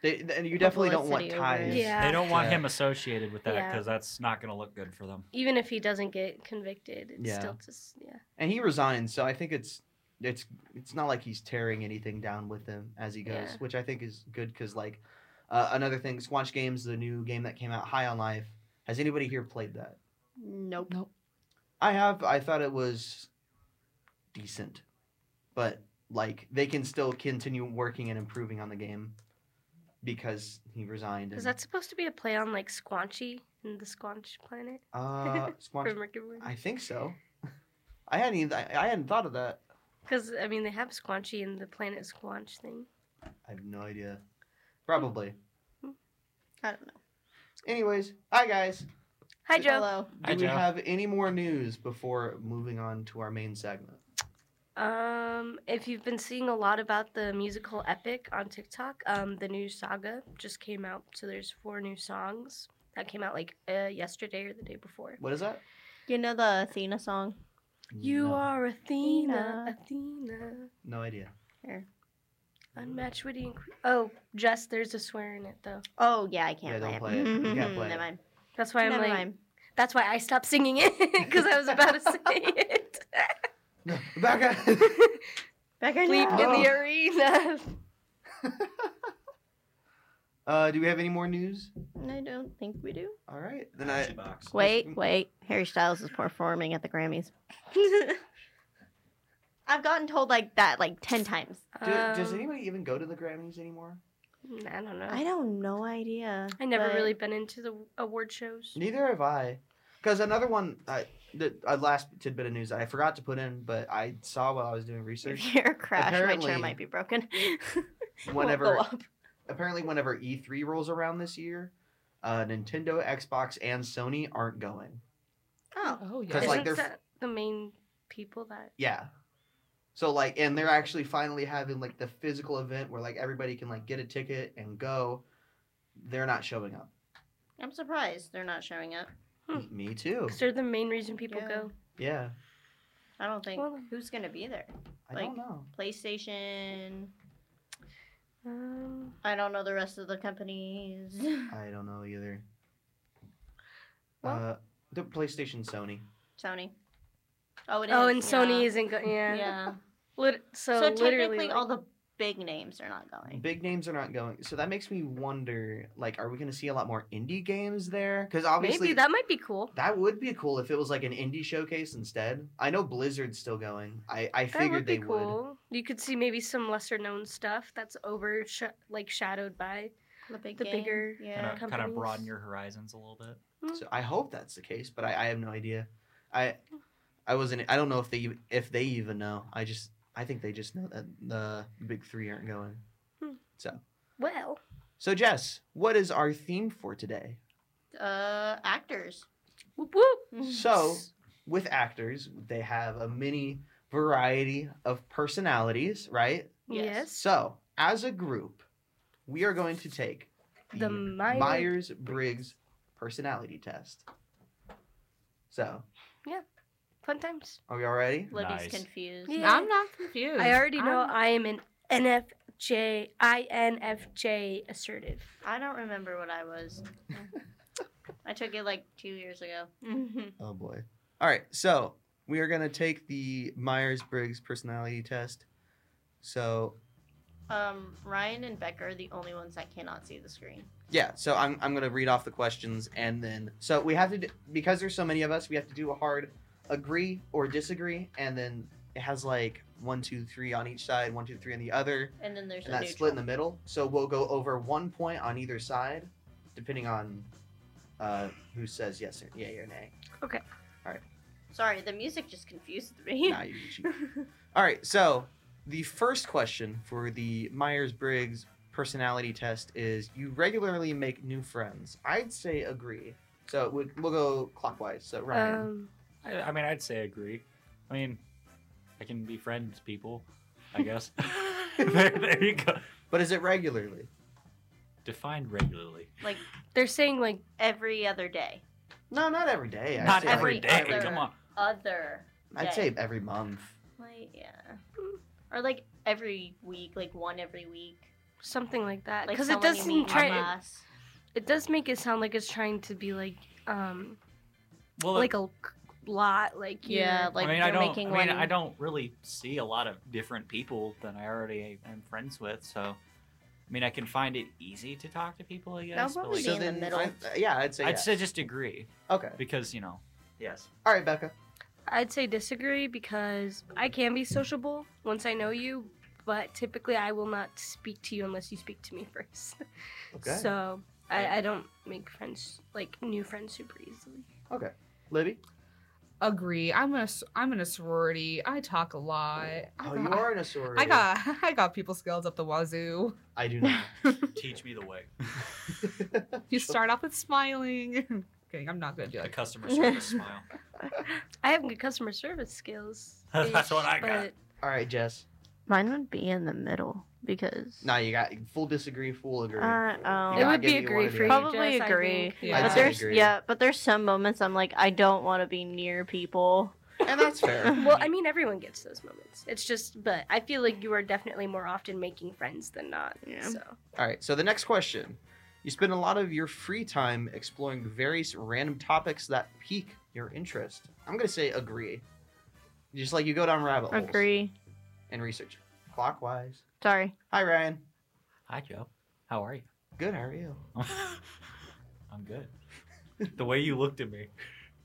Speaker 1: They, and you definitely don't want
Speaker 3: Publicity over it.
Speaker 1: ties.
Speaker 4: Yeah.
Speaker 5: They don't want
Speaker 1: Yeah.
Speaker 5: him associated with that
Speaker 4: Yeah.
Speaker 5: because that's not going to look good for them.
Speaker 4: Even if he doesn't get convicted, it's
Speaker 1: Yeah.
Speaker 4: still just yeah.
Speaker 1: And he resigned, so I think it's it's it's not like he's tearing anything down with him as he goes,
Speaker 4: Yeah.
Speaker 1: which I think is good because like uh, another thing, Squanch Games, the new game that came out, High on Life. Has anybody here played that?
Speaker 3: Nope.
Speaker 1: I have. I thought it was decent, but like they can still continue working and improving on the game because he resigned.
Speaker 4: Because
Speaker 1: and-
Speaker 4: that's supposed to be a play on like Squanchy and the Squanch planet
Speaker 1: uh,
Speaker 4: from
Speaker 1: Squanch-
Speaker 4: Rick and Morty.
Speaker 1: I think so. I hadn't. Even, I, I hadn't thought of that.
Speaker 4: Because I mean, they have Squanchy and the planet Squanch thing.
Speaker 1: I have no idea. Probably.
Speaker 3: I don't know.
Speaker 1: Anyways, hi guys.
Speaker 4: Hi Joe.
Speaker 3: Hello.
Speaker 1: Do
Speaker 5: Hi,
Speaker 1: we
Speaker 5: Joe.
Speaker 1: have any more news before moving on to our main segment?
Speaker 4: Um, if you've been seeing a lot about the musical Epic on TikTok, um, the new saga just came out. So there's four new songs that came out like uh, yesterday or the day before.
Speaker 1: What is that?
Speaker 3: You know the Athena song?
Speaker 4: You
Speaker 1: no,
Speaker 4: are Athena, Athena,
Speaker 1: No idea. [LAUGHS]
Speaker 4: unmatched witty and que- oh, Jess, there's a swear in it though.
Speaker 3: Oh yeah, I can't
Speaker 1: Yeah, don't
Speaker 3: play,
Speaker 1: play it.
Speaker 3: it. Mm-hmm.
Speaker 1: You can't play
Speaker 3: Never
Speaker 1: it.
Speaker 3: mind.
Speaker 4: That's why I'm
Speaker 3: Never
Speaker 4: like,
Speaker 3: mind.
Speaker 4: that's why I stopped singing it [LAUGHS] because I was about to say it.
Speaker 1: No, Rebecca.
Speaker 3: Becca,
Speaker 4: Bleep
Speaker 3: no.
Speaker 4: in the arena.
Speaker 1: Uh, do we have any more news?
Speaker 3: I don't think we [LAUGHS] do.
Speaker 1: All right, then I.
Speaker 5: Box.
Speaker 3: Wait, wait. Harry Styles is performing at the Grammys. [LAUGHS] I've gotten told like that like 10 times.
Speaker 1: Do, does
Speaker 4: Um,
Speaker 1: anybody even go to the Grammys anymore?
Speaker 4: I don't know.
Speaker 3: I don't no idea.
Speaker 4: I never
Speaker 3: but-
Speaker 4: really been into the award shows.
Speaker 1: Neither have I. Because another one, I, the a last tidbit of news that I forgot to put in, but I saw while I was doing
Speaker 4: [LAUGHS]
Speaker 3: If
Speaker 1: research.
Speaker 3: [LAUGHS] you hear a crash, my
Speaker 1: Apparently-
Speaker 3: chair might be broken.
Speaker 1: Whenever
Speaker 3: Won't go up.
Speaker 1: apparently whenever E3 rolls around this year, uh, Nintendo, Xbox, and Sony aren't going.
Speaker 3: [LAUGHS] Oh.
Speaker 6: Oh yeah.
Speaker 1: 'Cause,
Speaker 4: Isn't
Speaker 1: like, they're f-
Speaker 4: that the main people that?
Speaker 1: Yeah. So like, and they're actually finally having like the physical event where like everybody can like get a ticket and go. They're not showing up.
Speaker 3: I'm surprised they're not showing up.
Speaker 4: Hmm.
Speaker 1: Me too.
Speaker 4: 'cause they're the main reason people
Speaker 3: Yeah.
Speaker 4: go.
Speaker 1: Yeah.
Speaker 3: I don't think
Speaker 4: Well-
Speaker 3: who's gonna be there.
Speaker 1: I
Speaker 3: Like-
Speaker 1: don't know.
Speaker 3: PlayStation.
Speaker 4: Um,
Speaker 3: I don't know the rest of the companies. [LAUGHS]
Speaker 1: I don't know either.
Speaker 4: Well-
Speaker 1: uh, the PlayStation, Sony.
Speaker 3: Sony. Oh, it is.
Speaker 4: oh, and Sony
Speaker 3: yeah.
Speaker 4: isn't going. Yeah.
Speaker 3: Yeah.
Speaker 4: Lit- [LAUGHS] so,
Speaker 3: So,
Speaker 4: literally,
Speaker 3: technically,
Speaker 4: like,
Speaker 3: all the big names are not going.
Speaker 1: Big names are not going, so that makes me wonder. Like, are we going to see a lot more indie games there? Because obviously,
Speaker 4: maybe that might be cool.
Speaker 1: That would be cool if it was like an indie showcase instead. I know Blizzard's still going. I, I
Speaker 4: That would
Speaker 1: figured
Speaker 4: be
Speaker 1: they would.
Speaker 4: cool. You could see maybe some lesser known stuff that's over sh- like shadowed by.
Speaker 3: The big,
Speaker 4: The
Speaker 3: game,
Speaker 4: bigger
Speaker 3: Yeah.
Speaker 4: kinda-
Speaker 5: kind of
Speaker 4: companies.
Speaker 5: broaden your horizons a little bit.
Speaker 1: So I hope that's the case, but I, I have no idea. I I wasn't. I don't know if they even- if they even know. I just I think they just know that the big three aren't going.
Speaker 4: Hmm.
Speaker 1: So
Speaker 4: Well,
Speaker 1: so Jess, what is our theme for today?
Speaker 3: Uh, actors.
Speaker 4: whoop whoop.
Speaker 1: So with actors, they have a mini variety of personalities, right?
Speaker 4: Yes.
Speaker 3: Yes.
Speaker 1: So as a group, we are going to take
Speaker 4: The Myers-
Speaker 1: Myers Briggs personality test. So,
Speaker 4: Fun times.
Speaker 1: are we all ready?
Speaker 3: Libby's
Speaker 5: Nice.
Speaker 3: confused.
Speaker 4: Yeah.
Speaker 6: I'm not confused.
Speaker 4: I already know
Speaker 6: I'm-
Speaker 4: I am an NFJ, INFJ assertive.
Speaker 3: I don't remember what
Speaker 4: [LAUGHS]
Speaker 3: I was. I took it like two years ago.
Speaker 4: Mm.
Speaker 3: Mm-hmm.
Speaker 4: Mm-hmm.
Speaker 1: Oh boy. All right. So we are gonna take the Myers Briggs personality test. So
Speaker 3: Um, Ryan and Becker are the only ones that cannot see the screen.
Speaker 1: yeah. So I'm I'm gonna read off the questions and then so we have to do, because there's so many of us we have to do a hard agree or disagree and then it has like one two three on each side one two three on the other
Speaker 3: And then there's
Speaker 1: and
Speaker 3: a
Speaker 1: that's split in the
Speaker 3: neutral.
Speaker 1: middle. So we'll go over one point on either side, depending on uh, who says yes or yay or nay.
Speaker 3: Sorry, the music just confused
Speaker 5: [LAUGHS]
Speaker 3: me. [LAUGHS]
Speaker 1: Nah, you cheat. All right. So the first question for the Myers Briggs personality test is: You regularly make new friends. I'd say agree. So it would, we'll go clockwise. So Ryan,
Speaker 4: Um,
Speaker 5: I, I mean, I'd say agree. I mean, I can befriend people, I guess. [LAUGHS] there, there you go.
Speaker 1: but is it regularly?
Speaker 5: Defined regularly.
Speaker 3: like
Speaker 4: they're saying like
Speaker 3: every other day.
Speaker 1: No, not every day. I'd
Speaker 5: Not
Speaker 1: say like-
Speaker 5: every
Speaker 3: every
Speaker 5: day.
Speaker 3: other-
Speaker 5: Come on.
Speaker 3: Other.
Speaker 1: I'd
Speaker 3: day.
Speaker 1: say every month.
Speaker 3: Like yeah. Or like every week, like one every week.
Speaker 4: something like that
Speaker 3: Like
Speaker 4: because it
Speaker 3: someone you meet in
Speaker 4: doesn't try.
Speaker 3: class.
Speaker 4: It does make it sound like it's trying to be like um
Speaker 5: Well,
Speaker 4: like a lot like you're-
Speaker 3: Yeah, like
Speaker 5: I mean,
Speaker 3: you're
Speaker 5: I don't.
Speaker 3: making
Speaker 5: I mean,
Speaker 3: one.
Speaker 5: I don't really see a lot of different people than I already am friends with. So, I mean, I can find it easy to talk to people. I guess. but,
Speaker 3: probably
Speaker 5: like,
Speaker 3: Be in the middle.
Speaker 1: I- yeah, I'd say.
Speaker 5: I'd
Speaker 1: yes.
Speaker 5: say just agree
Speaker 1: okay.
Speaker 5: because you know. Yes.
Speaker 1: All right, Becca.
Speaker 4: I'd say disagree because I can be sociable once I know you, but typically I will not speak to you unless you speak to me [LAUGHS] first.
Speaker 1: Okay.
Speaker 4: So I, I don't make friends like new friends super easily.
Speaker 1: Libby.
Speaker 6: agree. I'm in a s- I'm in a sorority. I talk a lot. I
Speaker 1: Oh,
Speaker 6: got-
Speaker 1: you are in a sorority.
Speaker 6: I got [LAUGHS] I got people skills up the wazoo.
Speaker 1: I do
Speaker 3: [LAUGHS]
Speaker 1: not.
Speaker 5: Teach me the way.
Speaker 6: You start off with smiling. [LAUGHS] okay, I'm not gonna do
Speaker 5: A
Speaker 6: that.
Speaker 5: customer service
Speaker 3: [LAUGHS]
Speaker 5: smile.
Speaker 4: I have good customer service skills.
Speaker 5: That's what I got.
Speaker 4: But
Speaker 1: All right, Jess.
Speaker 3: Mine would be in the middle because
Speaker 1: No, you got full disagree, full agree.
Speaker 3: oh.
Speaker 1: You
Speaker 4: it
Speaker 1: gotta
Speaker 4: would
Speaker 1: give
Speaker 4: be
Speaker 1: me one
Speaker 4: agree
Speaker 1: of
Speaker 4: for you.
Speaker 1: the other.
Speaker 3: Probably
Speaker 4: Jess, I
Speaker 3: agree.
Speaker 4: think.
Speaker 6: Yeah.
Speaker 3: But
Speaker 1: I'd say
Speaker 3: there's
Speaker 1: agree.
Speaker 3: yeah, but there's some moments I'm like I don't want to be near people.
Speaker 1: and that's
Speaker 3: [LAUGHS]
Speaker 1: fair.
Speaker 4: Well, I mean, everyone gets those moments. It's just, but I feel like you are definitely more often making friends than not.
Speaker 3: Yeah.
Speaker 4: So
Speaker 1: All right, so the next question. You spend a lot of your free time exploring various random topics that pique your interest. I'm going to say agree. Just like you go down rabbit holes
Speaker 3: Agree.
Speaker 1: and research clockwise.
Speaker 3: Sorry.
Speaker 1: Hi, Ryan.
Speaker 5: Hi, Joe. How are you?
Speaker 1: Good, how are you?
Speaker 5: I'm good. the way you looked at me.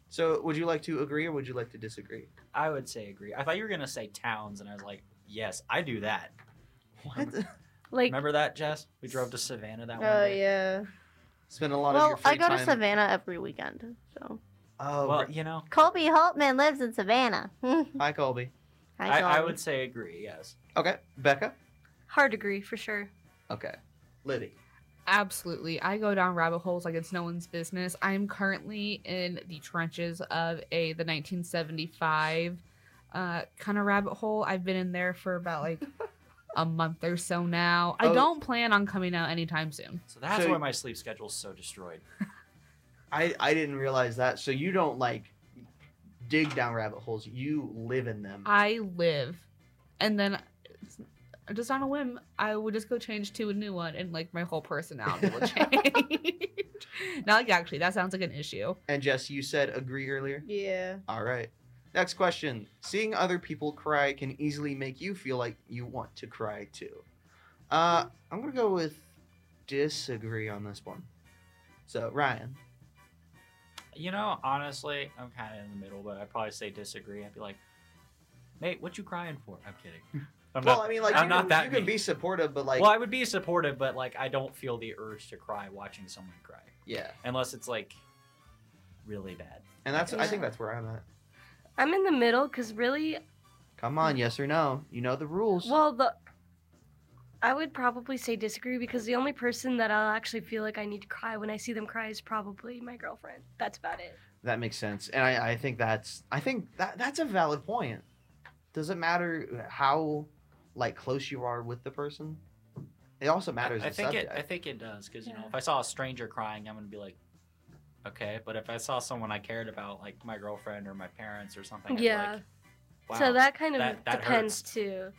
Speaker 1: So, would you like to agree or would you like to disagree?
Speaker 5: I would say agree. I thought you were gonna say towns, and I was like, yes, I do that.
Speaker 4: Like,
Speaker 5: Remember that, Jess? We drove to Savannah that one.
Speaker 3: Oh
Speaker 5: day.
Speaker 3: yeah.
Speaker 1: [LAUGHS] Spend a lot of your
Speaker 3: Well,
Speaker 1: free
Speaker 3: I go to
Speaker 1: time-
Speaker 3: Savannah every weekend. So
Speaker 1: Oh,
Speaker 5: Well,
Speaker 1: right.
Speaker 5: you know,
Speaker 3: Colby Holtman lives in Savannah. [LAUGHS] Hi,
Speaker 1: hi, Colby.
Speaker 5: I, I
Speaker 3: Colby.
Speaker 5: would say agree. Yes.
Speaker 1: Okay, Becca.
Speaker 4: hard degree for sure.
Speaker 1: Okay, Liddy.
Speaker 6: Absolutely. I go down rabbit holes like it's no one's business. I'm currently in the trenches of a the 1975 uh kind of rabbit hole. I've been in there for about like a month or so now.
Speaker 1: Oh.
Speaker 6: I don't plan on coming out anytime soon.
Speaker 5: So that's
Speaker 1: So-
Speaker 5: why my sleep schedule's so destroyed.
Speaker 1: I I didn't realize that. So you don't like dig down rabbit holes. You live in them.
Speaker 6: I live and then it's- just on a whim, I would just go change to a new one and like my whole personality will change. [LAUGHS] Not like actually, that sounds like an issue.
Speaker 1: and Jess, you said agree earlier.
Speaker 3: Yeah.
Speaker 1: All right. Next question. Seeing other people cry can easily make you feel like you want to cry too. Uh, I'm gonna go with disagree on this one. So Ryan.
Speaker 5: You know, honestly, I'm kind of in the middle, but I'd probably say disagree. I'd be like, Nate, what you crying for? I'm kidding. I'm
Speaker 1: well,
Speaker 5: not.
Speaker 1: I mean, like
Speaker 5: I'm
Speaker 1: you,
Speaker 5: not
Speaker 1: can,
Speaker 5: that
Speaker 1: you can
Speaker 5: mean.
Speaker 1: be supportive, but like,
Speaker 5: well, I would be supportive, but like, I don't feel the urge to cry watching someone cry,
Speaker 1: yeah.
Speaker 5: unless it's like really bad.
Speaker 1: And that's I
Speaker 4: Yeah.
Speaker 1: think that's where I'm at.
Speaker 4: I'm in the middle because really,
Speaker 1: Come on, yes or no. You know the rules.
Speaker 4: well, the I would probably say disagree because the only person that I'll actually feel like I need to cry when I see them cry is probably my girlfriend. That's about it.
Speaker 1: That makes sense, and I, I think that's I think that that's a valid point. Does it matter how like close you are with the person? It also matters.
Speaker 5: I, I
Speaker 1: the
Speaker 5: think
Speaker 1: subject.
Speaker 5: it. I think it does because you know,
Speaker 4: Yeah.
Speaker 5: if I saw a stranger crying, I'm gonna be like, okay. But if I saw someone I cared about, like my girlfriend or my parents or something, I'd be
Speaker 4: Yeah.
Speaker 5: like, wow.
Speaker 4: so that kind of
Speaker 5: that- that
Speaker 4: depends
Speaker 5: hurts.
Speaker 4: too.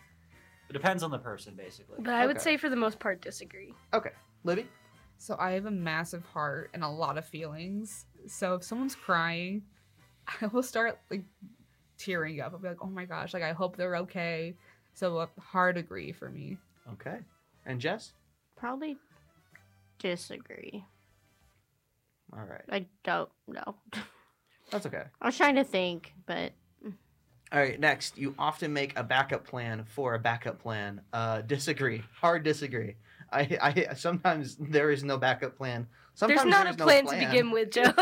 Speaker 5: it depends on the person, basically.
Speaker 4: But I would
Speaker 1: Okay.
Speaker 4: say for the most part, disagree.
Speaker 1: Libby.
Speaker 6: So I have a massive heart and a lot of feelings. So if someone's crying, [LAUGHS] I will start like tearing up. I'll be like, oh my gosh, like I hope they're okay. So a hard agree for me.
Speaker 1: Okay. And Jess.
Speaker 3: Probably disagree.
Speaker 1: All right.
Speaker 3: I don't know.
Speaker 1: That's okay.
Speaker 3: I was trying to think, but
Speaker 1: All right. Next, you often make a backup plan for a backup plan. Uh, disagree. Hard disagree. I, I sometimes there is no backup plan. Sometimes
Speaker 4: There's not
Speaker 1: there
Speaker 4: a
Speaker 1: is no
Speaker 4: plan, to
Speaker 1: [LAUGHS]
Speaker 4: begin with, Joe.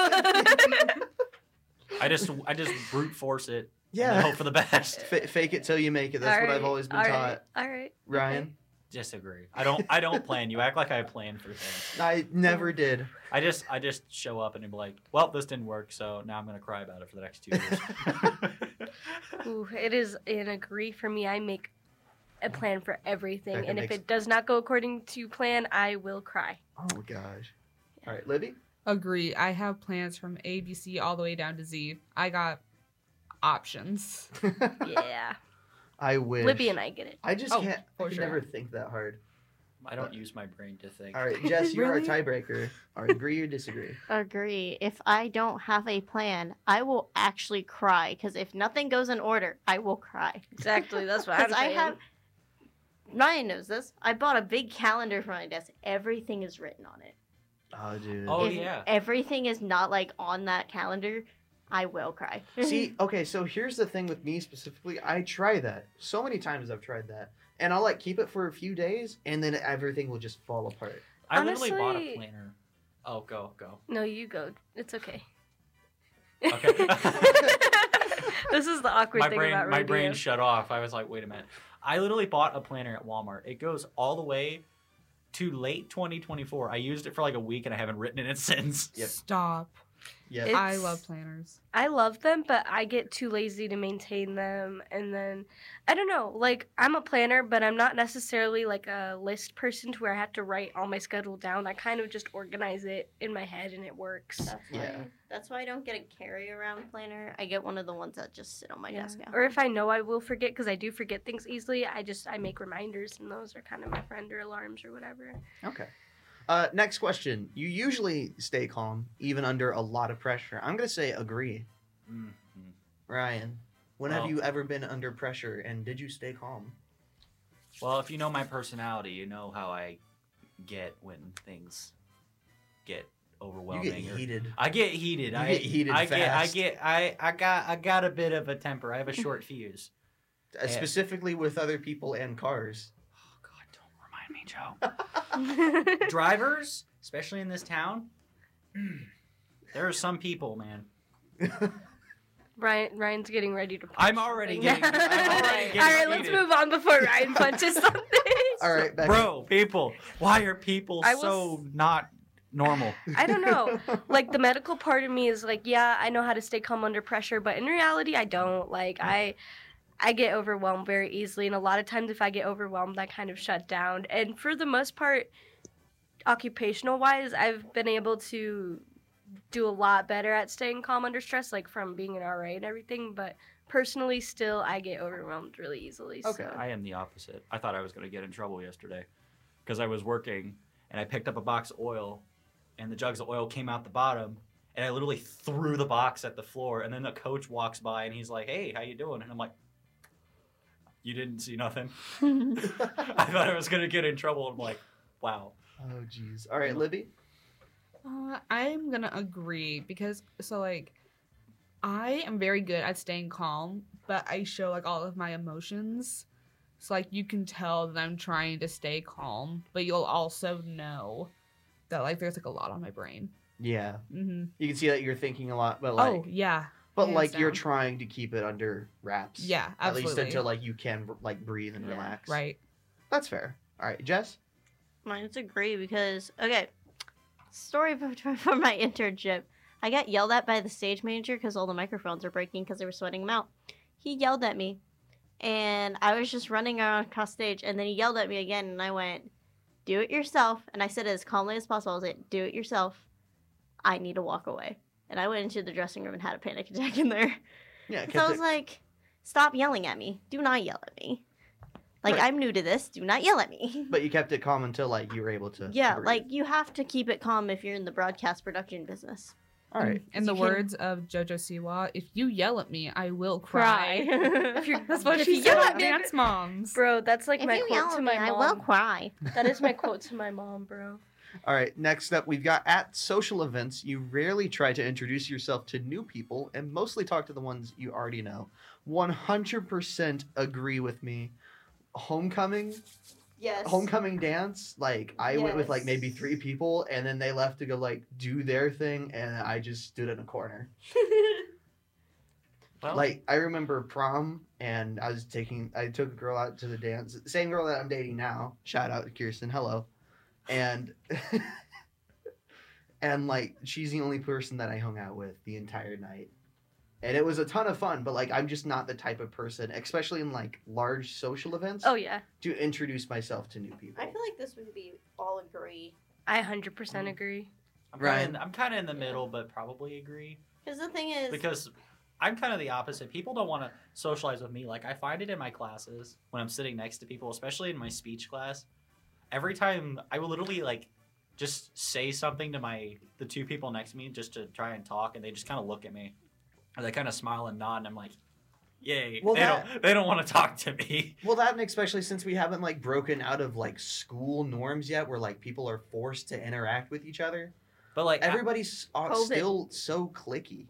Speaker 5: I just, I just brute force it. and then
Speaker 1: Yeah.
Speaker 5: hope for the [LAUGHS] best.
Speaker 1: F- fake it till you make it. That's what I've always been taught.
Speaker 4: All right.
Speaker 1: Ryan,
Speaker 5: Disagree. I don't. I don't plan. You act like I plan for things.
Speaker 1: I never
Speaker 4: [LAUGHS]
Speaker 1: did.
Speaker 5: I just. I just show up and be like, "Well, this didn't work, so now I'm gonna cry about it for the next two
Speaker 1: [LAUGHS]
Speaker 5: years."
Speaker 4: Ooh, it is an agree for me. I make a plan for everything,
Speaker 1: Becca
Speaker 4: and if
Speaker 1: makes-
Speaker 4: it does not go according to plan, I
Speaker 5: [LAUGHS]
Speaker 4: will cry.
Speaker 1: Oh gosh. All right, Libby.
Speaker 6: Agree. I have plans from A, B, C all the way down to Z. I got options.
Speaker 4: Yeah,
Speaker 1: I wish.
Speaker 4: Libby and I get it.
Speaker 1: I just
Speaker 6: Oh,
Speaker 1: can't. I
Speaker 6: for
Speaker 1: can
Speaker 6: sure.
Speaker 1: never think that hard.
Speaker 5: I don't use my brain to think.
Speaker 4: [LAUGHS]
Speaker 1: All right, Jess, you're
Speaker 6: Really?
Speaker 1: our tiebreaker. All right, agree or disagree?
Speaker 3: agree. If I don't have a plan, I will actually cry because if nothing goes in order, I will cry.
Speaker 4: Exactly. That's
Speaker 3: [LAUGHS]
Speaker 4: what I'm
Speaker 3: Because I
Speaker 4: saying.
Speaker 3: have. Ryan knows this. I bought a big calendar for my desk. Everything is written on it.
Speaker 1: Oh, dude.
Speaker 5: Oh,
Speaker 3: if
Speaker 5: yeah.
Speaker 3: Everything is not like on that calendar. I will cry.
Speaker 1: See, okay, so here's the thing with me specifically. I try that so many times. I've tried that, and I'll like keep it for a few days, and then everything will just fall apart.
Speaker 5: I literally bought a
Speaker 4: Honestly-
Speaker 5: planner. Oh, go, go.
Speaker 4: No, you go. It's okay.
Speaker 5: Okay.
Speaker 4: [LAUGHS] this is the awkward
Speaker 5: my
Speaker 4: thing
Speaker 5: brain,
Speaker 4: about radio.
Speaker 5: my brain shut off. I was like, wait a minute. I literally bought a planner at Walmart. It goes all the way to late 2024. I used it for like a week and I haven't written in [LAUGHS] it since.
Speaker 1: Yep.
Speaker 6: Stop.
Speaker 1: Yeah.
Speaker 4: It-
Speaker 6: I
Speaker 4: It's-
Speaker 6: love planners.
Speaker 4: I love them, but I get too lazy to maintain them. And then I don't know, like I'm a planner, but I'm not necessarily like a list person to where I have to write all my schedule down. I kind of just organize it in my head and it works.
Speaker 3: That's why,
Speaker 1: Yeah.
Speaker 3: that's why I don't get a carry around planner. I get one of the ones that just sit on my
Speaker 4: Yeah.
Speaker 3: desk. at
Speaker 4: Or
Speaker 3: home.
Speaker 4: if I know I will forget because I do forget things easily, I just I make reminders and those are kind of my friend or alarms or
Speaker 3: [LAUGHS]
Speaker 4: whatever. [LAUGHS]
Speaker 1: Okay. Uh, next question. You usually stay calm even under a lot of pressure. I'm gonna say agree,
Speaker 5: Mhm.
Speaker 1: Ryan. When
Speaker 5: Well-
Speaker 1: have you ever been under pressure, and did you stay calm?
Speaker 5: Well, if you know my personality, you know how I get when things get
Speaker 1: You
Speaker 5: overwhelming.
Speaker 1: get
Speaker 5: or-
Speaker 1: heated.
Speaker 5: I get heated.
Speaker 1: You
Speaker 5: I
Speaker 1: get heated
Speaker 5: I
Speaker 1: fast.
Speaker 5: get. I get. I. I got. I got a bit of a temper. I have a short fuse.
Speaker 1: Uh, specifically with other people and cars.
Speaker 5: Oh God! Don't remind me, Joe. Drivers, especially in this town, [CLEARS THROAT] there are some people, man.
Speaker 4: Ryan, Ryan's getting ready to. punch
Speaker 5: I'm
Speaker 4: [LAUGHS]
Speaker 5: already
Speaker 4: something.
Speaker 5: getting- I'm already getting
Speaker 4: All right, let's
Speaker 5: heated.
Speaker 4: move on before
Speaker 5: [LAUGHS]
Speaker 4: Ryan punches something.
Speaker 1: All right, Becky.
Speaker 5: Bro, people. Why are people
Speaker 4: I was-
Speaker 5: so not normal?
Speaker 4: I don't know. Like the medical part of me is like, yeah, I know how to stay calm under pressure, but in reality, I don't. Like I, I get overwhelmed very easily, and a lot of times, if I get overwhelmed, I kind of shut down. And for the most part, occupational wise, I've been able to do a lot better at staying calm under stress, like from being an RA and everything. But personally, still, I get overwhelmed really easily.
Speaker 1: Okay.
Speaker 4: So.
Speaker 5: I am the opposite. I thought I was going to get in trouble yesterday because I was working and I picked up a box of oil and the jugs of oil came out the bottom and I literally threw the box at the floor and then the coach walks by and he's like, "Hey, how you doing?" and I'm like, "You didn't see
Speaker 4: [LAUGHS]
Speaker 5: nothing." [LAUGHS] I thought I was going to get in trouble. I'm like, "Wow."
Speaker 1: Oh jeez. All right, Libby.
Speaker 6: Uh, I'm gonna agree because so like I am very good at staying calm, but I show like all of my emotions. So like you can tell that I'm trying to stay calm, but you'll also know that like there's like a lot on my brain.
Speaker 1: Yeah,
Speaker 6: hmm
Speaker 1: you can see that you're thinking a lot, but like,
Speaker 6: oh yeah,
Speaker 1: but
Speaker 6: hands
Speaker 1: like you're
Speaker 6: down.
Speaker 1: trying to keep it under wraps.
Speaker 6: yeah,
Speaker 1: At
Speaker 6: absolutely.
Speaker 1: least until like you can like breathe and
Speaker 4: Yeah,
Speaker 1: relax.
Speaker 6: right.
Speaker 1: That's fair. All right, Jess.
Speaker 3: Mine's a agree because okay, story [LAUGHS] from from my internship. I got yelled at by the stage manager because all the microphones were breaking because they were sweating them out. He yelled at me, and I was just running around across stage, and then he yelled at me again, and I went, "Do it yourself." And I said it as calmly as possible. I was like, "Do it yourself. I need to walk away." And I went into the dressing room and had a panic attack [LAUGHS] in there.
Speaker 1: Yeah,
Speaker 3: So I
Speaker 1: kept
Speaker 3: was
Speaker 1: it,
Speaker 3: like, "Stop yelling at me. Do not yell at me. Like
Speaker 1: Right.
Speaker 3: I'm new to this. Do not yell at me." [LAUGHS]
Speaker 1: but you kept it calm until like you were able to.
Speaker 3: Yeah,
Speaker 1: breathe.
Speaker 3: like you have to keep it calm if you're in the broadcast production business.
Speaker 1: All right.
Speaker 6: Mm-hmm. In the
Speaker 3: You can-
Speaker 6: words of JoJo Siwa, if you yell at me, I will
Speaker 1: [LAUGHS]
Speaker 6: cry.
Speaker 4: [LAUGHS] If
Speaker 3: [LAUGHS]
Speaker 4: you're-
Speaker 6: That's what
Speaker 4: if
Speaker 6: she
Speaker 4: you
Speaker 6: said
Speaker 4: yell
Speaker 6: on
Speaker 4: at me-
Speaker 6: Dance Moms.
Speaker 4: Bro, that's like
Speaker 3: if
Speaker 4: my
Speaker 3: you
Speaker 4: quote
Speaker 3: yell
Speaker 4: to
Speaker 3: at
Speaker 4: my
Speaker 3: me, I
Speaker 4: mom.
Speaker 3: will cry.
Speaker 4: That is my
Speaker 3: [LAUGHS]
Speaker 4: quote to my mom, bro.
Speaker 1: All right, next up, we've got at social events, you rarely try to introduce yourself to new people and mostly talk to the ones you already know. 100% agree with me. Homecoming,
Speaker 3: Yes.
Speaker 1: homecoming dance, like I went with like
Speaker 3: Yes.
Speaker 1: maybe three people and then they left to go like do their thing and I just stood in a corner.
Speaker 5: Well,
Speaker 1: Like I remember prom and I was taking I took a girl out to the dance. Same girl that I'm dating now. Shout out to Kirsten. Hello. And [LAUGHS] and like she's the only person that I hung out with the entire night. And it was a ton of fun, but like I'm just not the type of person, especially in like large social events,
Speaker 4: Oh yeah,
Speaker 1: to introduce myself to new people.
Speaker 3: like this would be all agree.
Speaker 4: I hundred percent
Speaker 3: Mm.
Speaker 4: agree.
Speaker 5: I'm
Speaker 1: Ryan.
Speaker 5: Kinda in, I'm kind of in the middle, but probably agree.
Speaker 3: Because the thing is,
Speaker 5: because I'm kind of the opposite. People don't want to socialize with me. Like I find it in my classes when I'm sitting next to people, especially in my speech class. Every time I will literally like just say something to my the two people next to me just to try and talk, and they just kind of look at me, and they kind of smile and nod, and I'm like, "Yay!"
Speaker 1: Well,
Speaker 5: they don't [LAUGHS] they don't want to talk to me. [LAUGHS]
Speaker 1: Well, that and especially since we haven't like broken out of like school norms yet, where like people are forced to interact with each other.
Speaker 5: But like I-
Speaker 1: everybody's uh,
Speaker 3: COVID.
Speaker 1: still so clicky.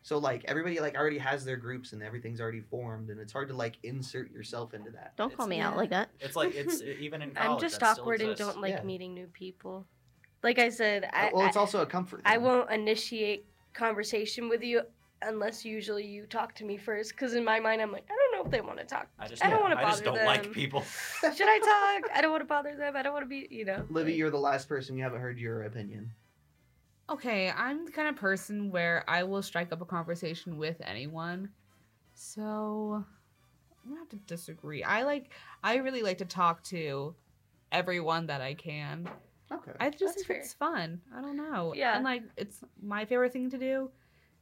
Speaker 1: So like everybody like already has their groups and everything's already formed and it's hard to like insert yourself into that.
Speaker 3: don't call
Speaker 5: it's-
Speaker 3: me out
Speaker 4: yeah.
Speaker 3: like that.
Speaker 5: it's like it's even in college.
Speaker 4: [LAUGHS] I'm just
Speaker 5: that still
Speaker 4: awkward and
Speaker 5: exists.
Speaker 4: don't like
Speaker 1: Yeah. Uh,
Speaker 4: meeting new people. Like I said, I
Speaker 1: well,
Speaker 4: I,
Speaker 1: it's also a comfort.
Speaker 4: I
Speaker 1: thing.
Speaker 4: won't initiate conversation with you unless usually you talk to me first. Because in my mind, I'm like, I don't know if they want to
Speaker 1: [LAUGHS]
Speaker 4: talk.
Speaker 5: I just
Speaker 4: I don't wanna
Speaker 5: I just
Speaker 4: bother
Speaker 5: don't like
Speaker 4: them.
Speaker 5: people.
Speaker 4: Should I talk? I don't want to bother them. I don't want to be, you know.
Speaker 1: Libby,
Speaker 4: like-
Speaker 1: you're the last person. You haven't heard your opinion.
Speaker 6: Okay, I'm the kind of person where I will strike up a conversation with anyone. So I'm gonna have to disagree. I like I really like to talk to everyone that I can.
Speaker 1: Okay.
Speaker 6: I just
Speaker 4: That's
Speaker 6: think
Speaker 4: fair.
Speaker 6: it's fun. I don't know.
Speaker 4: Yeah.
Speaker 6: And like it's my favorite thing to do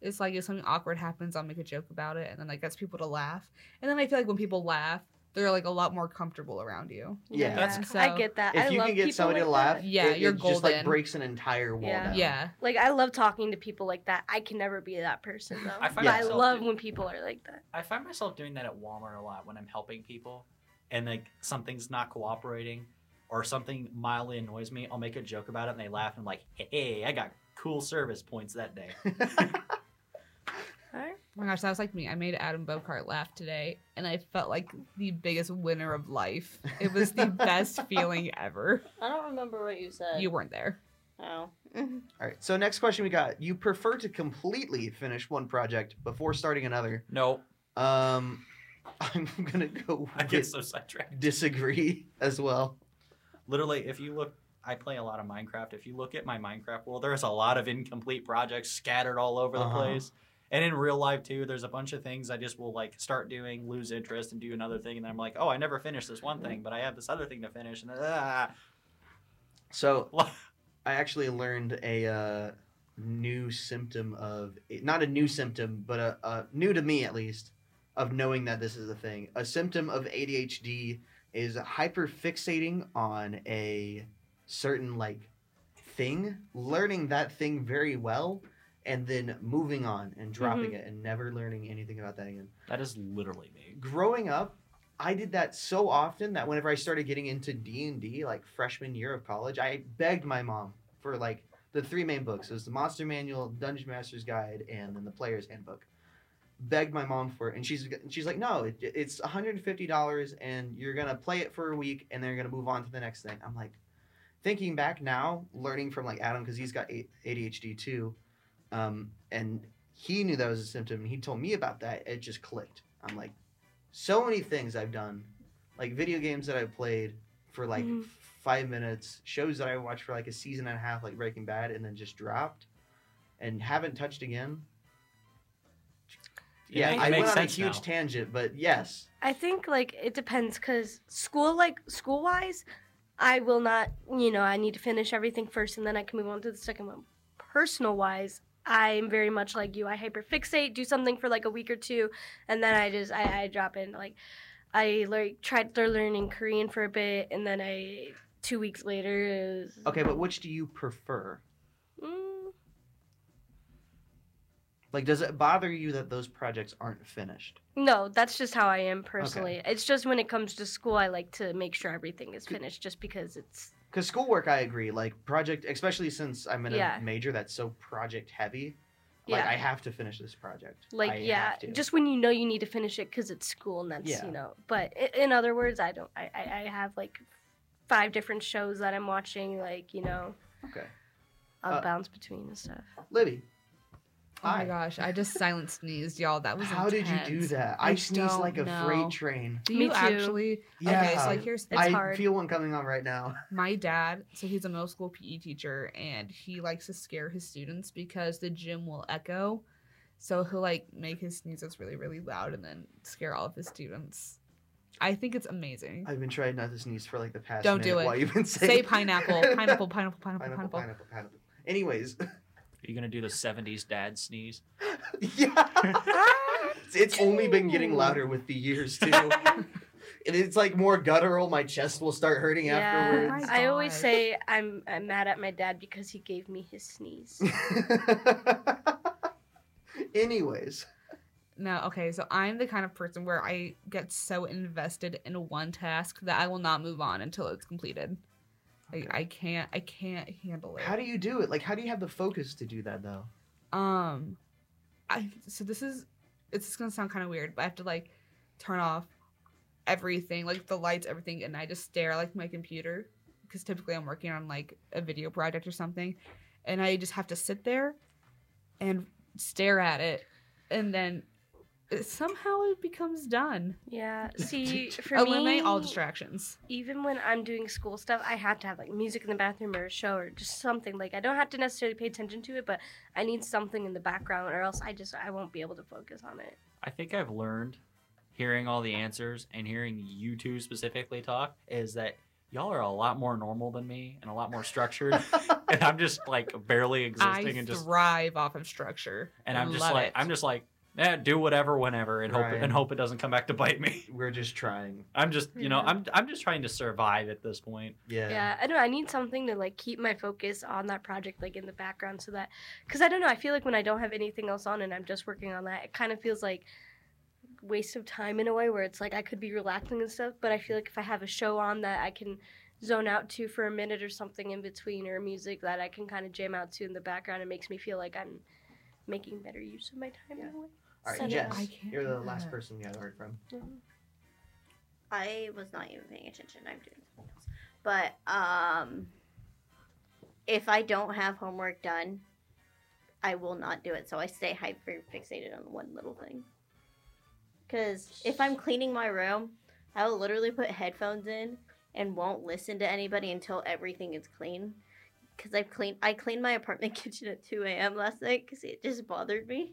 Speaker 6: is like if something awkward happens, I'll make a joke about it and then like gets people to laugh. And then I feel like when people laugh, they're like a lot more comfortable around you.
Speaker 1: Yeah.
Speaker 5: That's-
Speaker 4: I
Speaker 6: So-
Speaker 4: get that.
Speaker 1: if
Speaker 4: I
Speaker 1: you
Speaker 4: love
Speaker 1: can get
Speaker 4: people
Speaker 1: somebody
Speaker 4: like
Speaker 1: to laugh,
Speaker 4: that.
Speaker 6: Yeah,
Speaker 1: it,
Speaker 6: you're
Speaker 1: it just like
Speaker 6: golden.
Speaker 1: breaks an entire wall.
Speaker 4: Yeah.
Speaker 1: down.
Speaker 6: Yeah.
Speaker 4: Like I love talking to people like that. I can never be that person though.
Speaker 5: I find
Speaker 4: but I
Speaker 5: myself
Speaker 4: love
Speaker 5: do-
Speaker 4: when people are like that.
Speaker 5: I find myself doing that at Walmart a lot when I'm helping people and like something's not cooperating. or something mildly annoys me, I'll make a joke about it and they laugh and I'm like, hey, I got cool service points that day.
Speaker 4: All right.
Speaker 6: Oh my gosh, that was like me. I made Adam Bocart laugh today, and I felt like the biggest winner of life. It was
Speaker 4: [LAUGHS]
Speaker 6: the best feeling ever.
Speaker 3: I don't remember what you said.
Speaker 6: You weren't there.
Speaker 3: Oh.
Speaker 1: All right. So next question we got: You prefer to completely finish one project before starting another?
Speaker 5: [LAUGHS] no,
Speaker 1: Um, [LAUGHS] I'm gonna go
Speaker 5: I get
Speaker 1: with
Speaker 5: so sidetracked.
Speaker 1: disagree as well.
Speaker 5: Literally, if you look, I play a lot of Minecraft. If you look at my Minecraft world, there's a lot of incomplete projects scattered all over the
Speaker 1: Uh-huh.
Speaker 5: place. And in real life too, there's a bunch of things I just will like start doing, lose interest, and do another thing, and I'm like, oh, I never finished this one thing, but I have this other thing to finish, and ah. [LAUGHS]
Speaker 1: So I actually learned a uh, new symptom of not a new symptom, but a, a new to me at least of knowing that this is a thing. A symptom of ADHD is hyperfixating on a certain like thing, learning that thing very well, and then moving on and dropping it and never learning anything about that again.
Speaker 5: that is literally me.
Speaker 1: growing up i did that so often that whenever i started getting into d&d like freshman year of college i begged my mom for like the three main books it was the monster manual dungeon master's guide and then the player's handbook begged my mom for it and she's she's like no it, it's $150 and you're gonna play it for a week and then you're gonna move on to the next thing i'm like thinking back now learning from like adam because he's got A- adhd too um, and he knew that was a symptom and he told me about that it just clicked i'm like so many things i've done like video games that i've played for like
Speaker 5: Mm-hmm.
Speaker 4: Mhm.
Speaker 1: five minutes shows that i watched for like a season and a half like breaking bad and then just dropped and haven't touched again
Speaker 5: It
Speaker 1: yeah
Speaker 5: makes-
Speaker 1: i
Speaker 5: makes
Speaker 1: went on a
Speaker 5: sense
Speaker 1: huge
Speaker 5: now.
Speaker 1: tangent but yes
Speaker 4: I think like it depends because school like school wise, I will not you know I need to finish everything first and then I can move on to the second one. Personal wise, I'm very much like you. I hyperfixate, do something for like a week or two, and then I just I, I drop in like I like tried to learning Korean for a bit and then I two weeks later is
Speaker 1: okay but which do you prefer
Speaker 4: mm,
Speaker 1: like does it bother you that those projects aren't finished
Speaker 4: No, that's just how I am personally. It's just when it comes to school, I like to make sure everything is finished just because it's.
Speaker 1: because schoolwork i agree like project especially since i'm in a
Speaker 4: Yeah.
Speaker 1: major that's so project heavy like
Speaker 4: Yeah.
Speaker 1: i have to finish this project
Speaker 4: Like,
Speaker 1: I
Speaker 4: yeah,
Speaker 1: have to.
Speaker 4: just when you know you need to finish it because it's school and that's,
Speaker 1: Yeah.
Speaker 4: you know. But i- in other words, I don't. I, I, I have like five different shows that I'm watching, like, you know,
Speaker 1: okay
Speaker 4: I'll
Speaker 1: Uh,
Speaker 4: bounce between and stuff.
Speaker 1: libby
Speaker 6: Oh my
Speaker 1: hi.
Speaker 6: gosh, I just silent sneezed, y'all. That was
Speaker 1: How did you do
Speaker 6: intense.
Speaker 1: that?
Speaker 6: I
Speaker 1: I, sneezed
Speaker 6: don't
Speaker 1: like a
Speaker 6: know.
Speaker 1: freight train.
Speaker 6: Do
Speaker 4: Me
Speaker 6: you
Speaker 4: too.
Speaker 6: actually?
Speaker 1: Yeah.
Speaker 6: Okay, so like here's
Speaker 4: It's
Speaker 1: I
Speaker 4: hard.
Speaker 1: feel one coming on right now. [LAUGHS]
Speaker 6: my dad so he's a middle school pe teacher and he likes to scare his students because the gym will echo so he'll like make his sneezes really really loud and then scare all of his students i think it's amazing
Speaker 1: I've been trying not to sneeze for like the past
Speaker 6: Don't do
Speaker 1: minute
Speaker 6: it.
Speaker 1: While you've been
Speaker 6: say,
Speaker 1: saying
Speaker 6: pineapple pineapple pineapple pineapple
Speaker 1: [LAUGHS]
Speaker 6: pineapple,
Speaker 1: pineapple, pineapple, pineapple. Anyways, [LAUGHS]
Speaker 5: Are you gonna do the '70s dad sneeze?
Speaker 6: [LAUGHS]
Speaker 1: yeah, It's- it's only been getting louder with the years
Speaker 4: [LAUGHS]
Speaker 1: too. and it's like more guttural. My chest will start hurting
Speaker 4: Yeah,
Speaker 6: Oh my
Speaker 4: I always
Speaker 6: gosh.
Speaker 4: say I'm, I'm mad at my dad because he gave me
Speaker 1: [LAUGHS]
Speaker 4: his sneeze.
Speaker 1: afterwards. [LAUGHS] Anyways,
Speaker 6: no okay so i'm the kind of person where i get so invested in one task that i will not move on until it's completed like i can't i can't handle it
Speaker 1: how do you do it? Like, how do you have the focus to do that though?
Speaker 6: Um, I so this is it's just gonna sound kind of weird, but I have to like turn off everything, like the lights, everything, and I just stare at, like my computer because typically I'm working on like a video project or something, and I just have to sit there and stare at it, and then it, somehow it becomes done.
Speaker 4: Yeah.
Speaker 1: [LAUGHS]
Speaker 4: See, for
Speaker 6: Eliminate Oh, all
Speaker 4: me-
Speaker 6: distractions.
Speaker 4: even when I'm doing school stuff, I have to have like music in the bathroom or a show or just something. Like I don't have to necessarily pay attention to it, but I need something in the background or else I just I won't be able to focus on it.
Speaker 5: I think I've learned hearing all the answers and hearing you two specifically talk is that y'all are a lot more normal than me and a lot
Speaker 1: [LAUGHS]
Speaker 5: more structured. and I'm just like barely
Speaker 6: I
Speaker 5: existing and just
Speaker 6: thrive off of structure,
Speaker 5: and I'm just
Speaker 6: Love
Speaker 5: like
Speaker 6: it.
Speaker 5: I'm just like eh, do whatever whenever and hope
Speaker 1: Right.
Speaker 5: and hope it doesn't come back to bite me. [LAUGHS]
Speaker 1: We're just trying.
Speaker 5: I'm just you know
Speaker 4: Yeah.
Speaker 5: I'm I'm just trying to survive at this point.
Speaker 1: Yeah.
Speaker 4: Yeah, I don't know. I need something to like keep my focus on that project like in the background so that because I don't know. I feel like when I don't have anything else on and I'm just working on that, it kind of feels like waste of time in a way where it's like I could be relaxing and stuff, but I feel like if I have a show on that I can zone out to for a minute or something in between, or music that I can kind of jam out to in the background. It makes me feel like I'm making better use of my time. in a way.
Speaker 1: All right,
Speaker 4: Send it
Speaker 1: Jess,
Speaker 4: out.
Speaker 6: I can't
Speaker 1: you're the
Speaker 6: do
Speaker 1: last
Speaker 6: that.
Speaker 1: person we haven't heard from.
Speaker 3: I was not even paying attention. I'm doing something else. But um, if I don't have homework done, I will not do it. So I stay hyper fixated on one little thing. Because if I'm cleaning my room, I will literally put headphones in and won't listen to anybody until everything is clean. Because I clean, I cleaned my apartment [LAUGHS] kitchen at 2 a.m. last night because it just bothered me.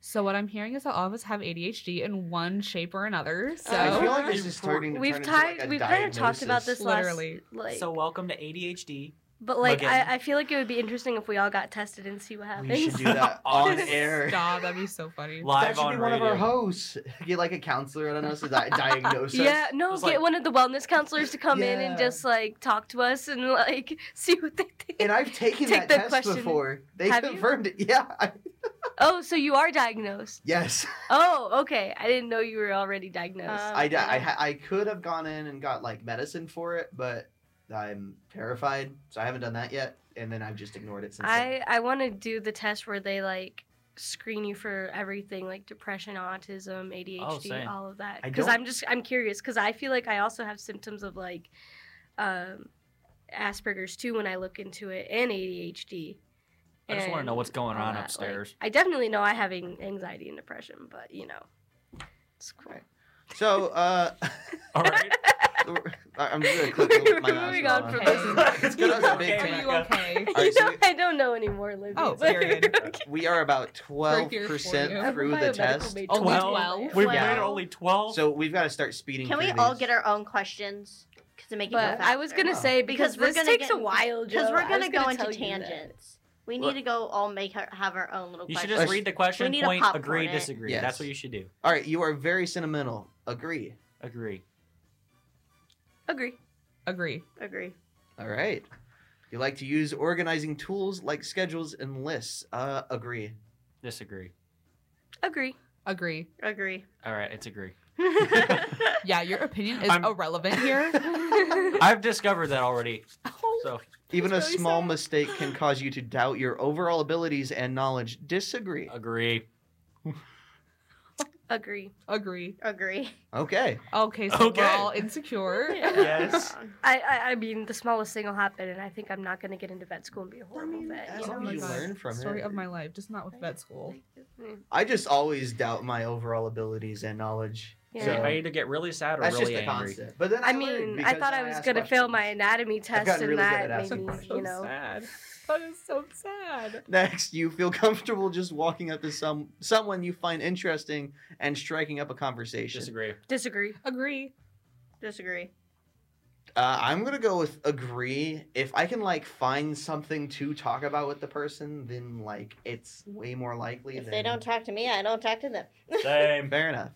Speaker 6: So what I'm hearing is that all of us have ADHD in one shape or another. So
Speaker 1: I feel
Speaker 4: Oh.
Speaker 1: like this is starting to
Speaker 4: We've
Speaker 1: turn into like
Speaker 4: talked-
Speaker 1: a
Speaker 4: we've kinda talked about
Speaker 1: diagnosis.
Speaker 4: this last-
Speaker 6: literally,
Speaker 4: Like,
Speaker 5: so welcome to ADHD.
Speaker 4: but like
Speaker 5: again.
Speaker 4: I, I feel like it would be interesting if we all got tested and see what
Speaker 1: We should
Speaker 4: happens. [LAUGHS]
Speaker 1: do that on
Speaker 5: Honestly.
Speaker 1: air.
Speaker 6: stop. That'd be so funny.
Speaker 1: That
Speaker 5: Live
Speaker 1: should
Speaker 5: on
Speaker 1: be one of
Speaker 5: radio.
Speaker 1: our hosts. Get like a counselor on us to di- diagnose us.
Speaker 4: [LAUGHS] yeah, no,
Speaker 5: It's
Speaker 4: get
Speaker 5: like-
Speaker 4: one of the wellness counselors to come in and
Speaker 1: Yeah.
Speaker 4: just like talk to us and like [LAUGHS] see what they think.
Speaker 1: And I've taken that
Speaker 4: Take the
Speaker 1: test
Speaker 4: question.
Speaker 1: before. They
Speaker 4: Have you?
Speaker 1: confirmed it. [LAUGHS] Yeah. I-
Speaker 4: oh, so you are diagnosed.
Speaker 1: yes.
Speaker 4: Oh, okay. I didn't know you were already diagnosed.
Speaker 5: Uh,
Speaker 3: Um,
Speaker 1: I, d- I,
Speaker 3: Okay.
Speaker 1: ha- I could have gone in and got like medicine for it, but I'm terrified, so I haven't done that yet. And then I've just ignored it since. then.
Speaker 4: I I want to do the test where they like screen you for everything like depression, autism, ADHD,
Speaker 5: Oh, same.
Speaker 4: all of that.
Speaker 1: I
Speaker 4: Because
Speaker 1: don't-
Speaker 4: I'm just I'm curious because I feel like I also have symptoms of like um, Asperger's too when I look into it and ADHD.
Speaker 5: I just want to
Speaker 4: and
Speaker 5: know what's going
Speaker 4: all
Speaker 5: on
Speaker 4: that, like,
Speaker 1: [LAUGHS]
Speaker 5: upstairs.
Speaker 4: I definitely know I have an- anxiety and depression, but you know, it's cool. [LAUGHS]
Speaker 1: Right. So uh, [LAUGHS]
Speaker 5: All right.
Speaker 1: we're- I'm just gonna click the- my
Speaker 4: We're
Speaker 1: mouse
Speaker 4: moving on
Speaker 1: around.
Speaker 4: from
Speaker 6: this.
Speaker 5: It's gonna
Speaker 1: That was a big
Speaker 5: Okay,
Speaker 6: Are
Speaker 1: turn.
Speaker 6: you
Speaker 5: Rebecca.
Speaker 6: okay?
Speaker 1: All right, so we-
Speaker 4: I don't know anymore, Libby.
Speaker 6: Oh,
Speaker 4: but- [LAUGHS]
Speaker 6: period.
Speaker 1: [LAUGHS] We are about
Speaker 6: We're
Speaker 1: twelve
Speaker 6: here for you.
Speaker 1: percent
Speaker 4: I'm a
Speaker 1: through the
Speaker 4: biomedical
Speaker 1: test,
Speaker 4: major.
Speaker 6: Oh,
Speaker 5: Only
Speaker 6: wow.
Speaker 5: 12?
Speaker 6: twelve?
Speaker 5: We've
Speaker 3: Wow.
Speaker 5: made only 12?
Speaker 1: so we've got to start speeding.
Speaker 3: Can we
Speaker 1: through
Speaker 3: all
Speaker 1: these.
Speaker 3: get our own questions? Because it makes it go
Speaker 4: But I was
Speaker 3: faster.
Speaker 4: gonna say
Speaker 3: Because
Speaker 4: because,
Speaker 3: we're
Speaker 4: this
Speaker 3: gonna
Speaker 4: takes
Speaker 3: get-
Speaker 4: a while,
Speaker 3: Because
Speaker 4: Joe.
Speaker 3: we're
Speaker 4: I
Speaker 3: gonna
Speaker 4: was
Speaker 3: go
Speaker 4: tell
Speaker 3: into
Speaker 4: you that.
Speaker 3: tangents. We need
Speaker 1: Look.
Speaker 3: to go all make her have our own little.
Speaker 5: You should
Speaker 3: questions.
Speaker 5: just read the question,
Speaker 3: need a
Speaker 5: point,
Speaker 3: popcorn
Speaker 5: agree,
Speaker 3: it.
Speaker 5: disagree.
Speaker 1: Yes.
Speaker 5: That's what you should do.
Speaker 1: All right, you are very sentimental. Agree.
Speaker 5: Agree.
Speaker 4: Agree.
Speaker 6: Agree.
Speaker 3: Agree.
Speaker 1: All right. You like to use organizing tools like schedules and lists. Uh, agree.
Speaker 5: Disagree.
Speaker 3: [LAUGHS]
Speaker 4: Agree. [LAUGHS]
Speaker 6: Agree.
Speaker 3: Agree.
Speaker 5: All right, it's agree. [LAUGHS]
Speaker 6: Yeah, your opinion is
Speaker 5: I'm-
Speaker 6: irrelevant
Speaker 5: [LAUGHS]
Speaker 6: here. [LAUGHS]
Speaker 5: I've discovered that already. So
Speaker 1: Even
Speaker 6: That's
Speaker 1: a
Speaker 6: really
Speaker 1: small
Speaker 6: sad.
Speaker 1: mistake can cause you to doubt your overall abilities and knowledge. Disagree.
Speaker 5: Uh, agree.
Speaker 4: Agree.
Speaker 6: Agree.
Speaker 3: Agree.
Speaker 1: Okay.
Speaker 6: Okay, so
Speaker 5: Okay.
Speaker 6: we're all insecure.
Speaker 3: [LAUGHS]
Speaker 5: Yes.
Speaker 4: I, I I mean the smallest thing will happen, and I think I'm not gonna get into vet school and be a horrible vet.
Speaker 1: that's
Speaker 4: you
Speaker 1: what
Speaker 4: know?
Speaker 1: you
Speaker 4: Like,
Speaker 1: learn from
Speaker 6: Oh Story
Speaker 1: it.
Speaker 6: of my life, just not with vet school. [LAUGHS]
Speaker 4: mm,
Speaker 1: I just always doubt my overall abilities and knowledge.
Speaker 4: Yeah.
Speaker 5: So
Speaker 1: So
Speaker 5: I either get really sad or
Speaker 1: that's
Speaker 5: really
Speaker 1: just the
Speaker 5: angry.
Speaker 1: concept. But then I,
Speaker 4: I mean,
Speaker 1: learned
Speaker 4: I
Speaker 1: because
Speaker 4: thought I was
Speaker 1: asked
Speaker 4: gonna fail my
Speaker 1: questions.
Speaker 4: anatomy
Speaker 1: I've
Speaker 4: test,
Speaker 1: gotten
Speaker 4: and
Speaker 1: really good at
Speaker 4: that
Speaker 1: asking
Speaker 4: maybe
Speaker 1: questions.
Speaker 4: you know.
Speaker 5: sad.
Speaker 6: That is so sad.
Speaker 1: [LAUGHS] Next, you feel comfortable just walking up to some someone you find interesting and striking up a conversation.
Speaker 5: Disagree.
Speaker 1: [LAUGHS]
Speaker 4: Disagree.
Speaker 6: Agree.
Speaker 3: Disagree.
Speaker 1: Uh, I'm gonna go with agree. If I can like find something to talk about with the person, then like it's way more likely.
Speaker 3: If
Speaker 1: than...
Speaker 3: they don't talk to me, I don't talk to them.
Speaker 5: Same.
Speaker 1: Fair enough.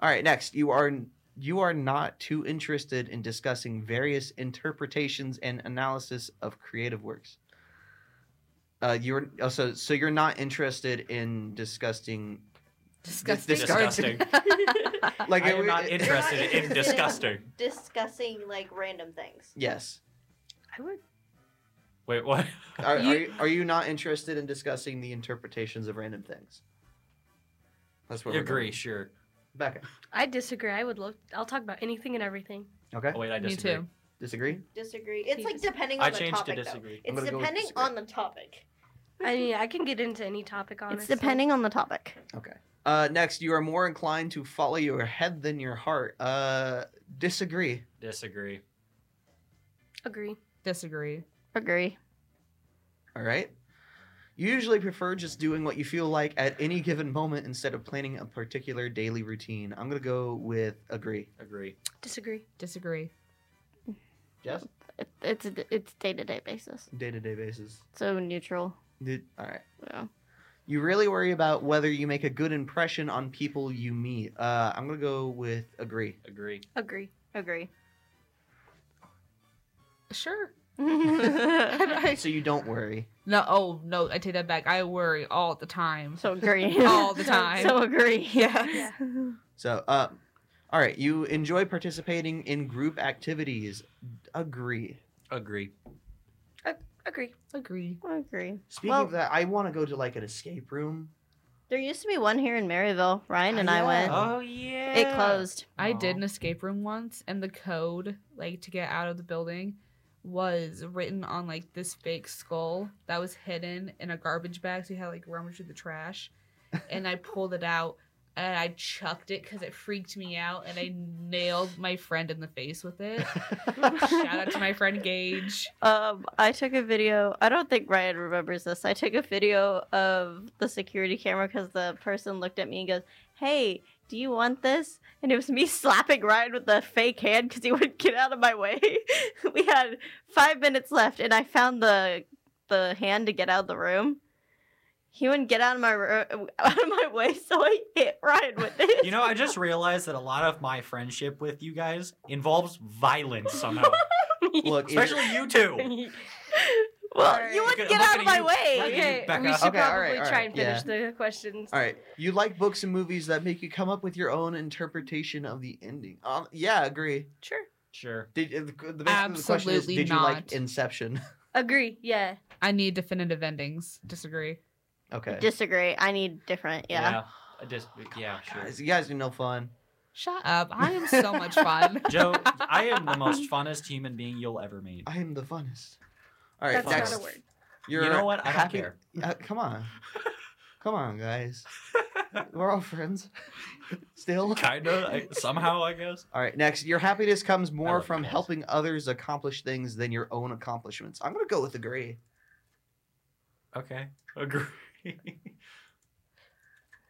Speaker 1: All right, next, you are you are not too interested in discussing various interpretations and analysis of creative works. Uh, you're also so you're not interested in discussing
Speaker 6: Disgusting.
Speaker 1: Disgusting. like
Speaker 5: I
Speaker 1: it-
Speaker 5: am not
Speaker 1: it-
Speaker 5: interested in
Speaker 3: You're not interested in-
Speaker 5: disgusting.
Speaker 3: Discussing like random things.
Speaker 1: Yes.
Speaker 4: I would.
Speaker 5: Wait, what?
Speaker 1: Are,
Speaker 4: You-
Speaker 1: are, you, are you not interested in discussing the interpretations of random things? That's what we're
Speaker 5: agree,
Speaker 1: going.
Speaker 5: sure.
Speaker 1: Becca.
Speaker 4: I disagree. I would love. I'll talk about anything and everything.
Speaker 1: Okay.
Speaker 5: Oh, wait, I
Speaker 6: Me
Speaker 5: disagree.
Speaker 6: too.
Speaker 1: Disagree.
Speaker 3: Disagree. It's
Speaker 4: You
Speaker 3: like
Speaker 4: disagree.
Speaker 3: depending on
Speaker 5: I
Speaker 3: the
Speaker 5: changed to
Speaker 3: topic. Though.
Speaker 5: disagree.
Speaker 1: I'm
Speaker 3: It's
Speaker 1: gonna go with
Speaker 3: depending
Speaker 1: disagree.
Speaker 3: on the topic.
Speaker 4: I mean, I can get into any topic. Honestly,
Speaker 3: It's depending on the topic.
Speaker 1: Okay. Uh, next, you are more inclined to follow your head than your heart. Uh, disagree.
Speaker 5: Disagree.
Speaker 4: Agree.
Speaker 6: Disagree.
Speaker 3: Agree.
Speaker 1: All right. You usually prefer just doing what you feel like at any given moment instead of planning a particular daily routine. I'm gonna go with agree.
Speaker 5: Agree.
Speaker 4: Disagree.
Speaker 6: Disagree.
Speaker 1: Yes.
Speaker 3: It, it's a, it's day to day basis.
Speaker 1: Day to day basis.
Speaker 3: So neutral.
Speaker 1: Did- All right.
Speaker 3: Yeah.
Speaker 1: You really worry about whether you make a good impression on people you meet. Uh, I'm gonna go with agree.
Speaker 5: Agree.
Speaker 4: Agree.
Speaker 3: Agree.
Speaker 6: Sure.
Speaker 1: So you don't worry.
Speaker 6: No, oh no, I take that back. I worry all the time.
Speaker 3: [LAUGHS] [LAUGHS] so agree.
Speaker 6: All the time.
Speaker 3: So agree.
Speaker 6: Yes.
Speaker 4: Yeah.
Speaker 1: So, uh, All right, you enjoy participating in group activities. Agree.
Speaker 5: Agree.
Speaker 4: Agree.
Speaker 6: Agree.
Speaker 3: I agree.
Speaker 1: Speaking
Speaker 3: Well-
Speaker 1: of that, I want to go to like an escape
Speaker 3: [LAUGHS]
Speaker 1: room.
Speaker 3: There used to be one here in Maryville. Ryan and
Speaker 1: Ah,
Speaker 3: I
Speaker 1: yeah.
Speaker 3: went.
Speaker 1: Oh,
Speaker 5: yeah.
Speaker 3: It closed.
Speaker 6: I did
Speaker 5: Aw.
Speaker 6: an escape room once, and the code, like to get out of the building, was written on like this fake skull that was hidden in a garbage bag. So you had to, like rummage through
Speaker 5: [LAUGHS]
Speaker 6: the trash, and I pulled it out and I chucked it because it freaked me out, and I nailed my friend in the face
Speaker 5: [LAUGHS]
Speaker 6: with it. Shout out to my friend Gage.
Speaker 3: Um, I took a video. I don't think Ryan remembers this. I took a video of the security camera because the person looked at me and goes, "Hey, do you want this?" And it was me [LAUGHS] slapping Ryan with the fake hand because he wouldn't get out of my way. [LAUGHS] we had five minutes left, and I found the the hand to get out of the room. He wouldn't get out of my ro- [LAUGHS] out of my way, so I hit Ryan with
Speaker 5: [LAUGHS]
Speaker 3: it.
Speaker 5: You know,
Speaker 3: [LAUGHS]
Speaker 5: I just realized that a lot of my friendship with you guys involves violence somehow.
Speaker 1: Look, it-
Speaker 5: Especially you two.
Speaker 3: well,
Speaker 4: Alright.
Speaker 3: you wouldn't
Speaker 5: Look at-
Speaker 3: get
Speaker 5: look
Speaker 3: out of
Speaker 5: at
Speaker 3: my
Speaker 5: you.
Speaker 3: way.
Speaker 5: Look at you,
Speaker 4: Okay,
Speaker 5: Becca.
Speaker 4: we should
Speaker 1: Okay, all right,
Speaker 4: probably
Speaker 1: all
Speaker 4: try
Speaker 1: right,
Speaker 4: and finish the questions.
Speaker 1: All right. You like books and movies that make you come up with your own interpretation of the ending. Um, yeah, agree.
Speaker 4: Sure.
Speaker 5: Sure.
Speaker 1: Did uh, the, the basically the question is,
Speaker 6: Absolutely
Speaker 1: did you like
Speaker 6: not.
Speaker 1: Inception? [LAUGHS]
Speaker 4: Agree. Yeah.
Speaker 6: I need definitive endings. Disagree.
Speaker 1: okay.
Speaker 3: Disagree. I need different. Yeah.
Speaker 5: I just yeah, sure.
Speaker 1: oh, Guys, you guys are no fun.
Speaker 6: Shut up. I am so much fun. [LAUGHS]
Speaker 5: Joe, I am the most funnest human being you'll ever meet.
Speaker 1: I am the funnest. All right,
Speaker 4: That's
Speaker 5: fine.
Speaker 1: next.
Speaker 4: not a word.
Speaker 1: You're
Speaker 5: you know what? I don't
Speaker 1: happy-
Speaker 5: [LAUGHS] care.
Speaker 1: Uh, come on. come on,
Speaker 5: [LAUGHS]
Speaker 1: guys. We're all friends. Still.
Speaker 5: Kinda. I, somehow, I guess.
Speaker 1: All right, next. Your happiness comes more
Speaker 5: love
Speaker 1: from
Speaker 5: calls.
Speaker 1: helping others accomplish things than your own accomplishments. I'm going to go with agree.
Speaker 5: Okay. Agree. [LAUGHS]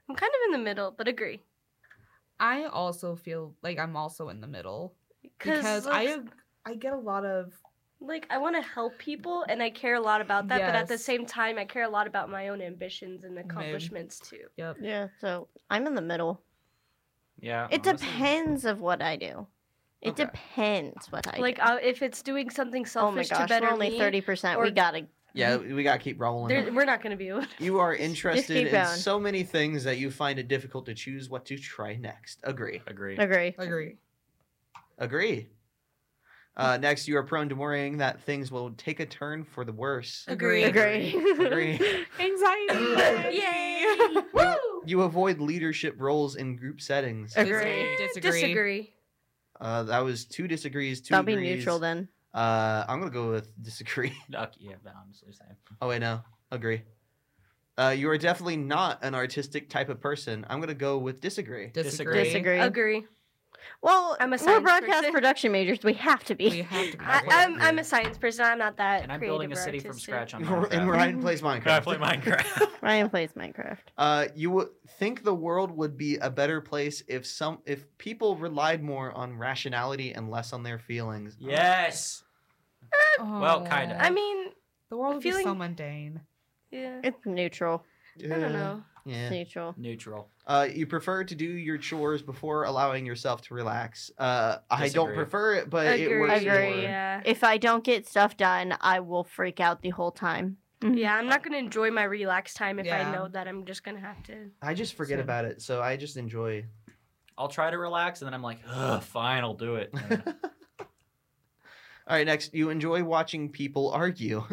Speaker 4: I'm kind of in the middle, but agree.
Speaker 6: I also feel like I'm also in the middle
Speaker 4: Cause,
Speaker 6: because I
Speaker 4: like,
Speaker 6: have
Speaker 7: I get a lot of
Speaker 4: like I want to help people and I care a lot about that, but at the
Speaker 6: Yes.
Speaker 4: same time I care a lot about my own ambitions and accomplishments too.
Speaker 6: yep.
Speaker 3: Yeah, so I'm in the middle.
Speaker 5: yeah.
Speaker 3: It
Speaker 5: honestly.
Speaker 3: depends of what I do. It
Speaker 1: Okay.
Speaker 3: depends what I
Speaker 4: like
Speaker 3: do.
Speaker 4: uh, if it's doing something
Speaker 3: oh my
Speaker 4: selfish
Speaker 3: gosh,
Speaker 4: to better
Speaker 3: we're only
Speaker 4: me,
Speaker 3: thirty percent.
Speaker 4: or-
Speaker 3: We gotta.
Speaker 1: Yeah,
Speaker 6: Mm-hmm.
Speaker 1: we got to keep rolling.
Speaker 4: there- we're not going to be able.
Speaker 1: You are
Speaker 3: keep
Speaker 1: interested in
Speaker 3: going.
Speaker 1: so many things that you find it difficult to choose what to try next. Agree.
Speaker 5: Agree.
Speaker 3: Agree.
Speaker 6: Agree.
Speaker 1: Agree.
Speaker 3: Mm.
Speaker 1: Uh, next, you are prone to worrying that things will take a turn for to the worse.
Speaker 6: Agree.
Speaker 3: Agree. [LAUGHS]
Speaker 1: Agree.
Speaker 6: Anxiety.
Speaker 4: Yay! [LAUGHS] Woo!
Speaker 1: You avoid leadership roles in group settings.
Speaker 3: Agree.
Speaker 6: Disagree.
Speaker 4: Disagree.
Speaker 1: Uh, that was two disagrees, 2
Speaker 3: I'll be
Speaker 1: agrees.
Speaker 3: neutral then.
Speaker 1: Uh, I'm gonna go with disagree. [LAUGHS]
Speaker 5: Yuck, yeah, but honestly, same.
Speaker 1: Oh wait, no, agree. Uh, you are definitely not an artistic type of person. I'm gonna go with disagree.
Speaker 6: Disagree.
Speaker 3: Disagree.
Speaker 4: Agree.
Speaker 3: Well,
Speaker 4: I'm a
Speaker 3: we're
Speaker 4: science
Speaker 5: [LAUGHS]
Speaker 3: broadcast
Speaker 4: person.
Speaker 3: production majors. We have to be.
Speaker 6: We have to be.
Speaker 4: I,
Speaker 1: Okay.
Speaker 4: I'm I'm a science person. I'm not that.
Speaker 5: And I'm
Speaker 4: creative
Speaker 5: building a
Speaker 4: or
Speaker 5: city from
Speaker 4: artistic.
Speaker 5: scratch on
Speaker 1: and
Speaker 5: Minecraft.
Speaker 1: Ryan plays Minecraft.
Speaker 5: I play Minecraft.
Speaker 3: [LAUGHS]
Speaker 5: [LAUGHS]
Speaker 3: Ryan plays Minecraft.
Speaker 1: Uh, you would think the world would be a better place if some if people relied more on rationality and less on their feelings.
Speaker 5: yes. Well, kinda.
Speaker 4: I mean,
Speaker 6: the world would be so
Speaker 4: feeling-
Speaker 6: mundane.
Speaker 4: yeah.
Speaker 3: It's neutral.
Speaker 4: I don't know.
Speaker 3: It's
Speaker 1: Yeah.
Speaker 3: neutral.
Speaker 5: Neutral.
Speaker 1: Uh, you prefer to do your chores before allowing yourself to relax. Uh, I don't
Speaker 5: Disagree.
Speaker 1: prefer it, but it
Speaker 4: Agree.
Speaker 1: works.
Speaker 3: Agree,
Speaker 1: more.
Speaker 4: Yeah.
Speaker 3: If I don't get stuff done, I will freak out the whole time.
Speaker 4: Yeah. I'm not gonna enjoy my relax time if
Speaker 6: Yeah.
Speaker 4: I know that I'm just gonna have to.
Speaker 1: I just forget
Speaker 6: So-
Speaker 1: about it, so I just enjoy.
Speaker 5: I'll try to relax, and then I'm like, Ugh, fine, I'll do [LAUGHS] it. And then-
Speaker 1: All right, next, you enjoy watching people argue.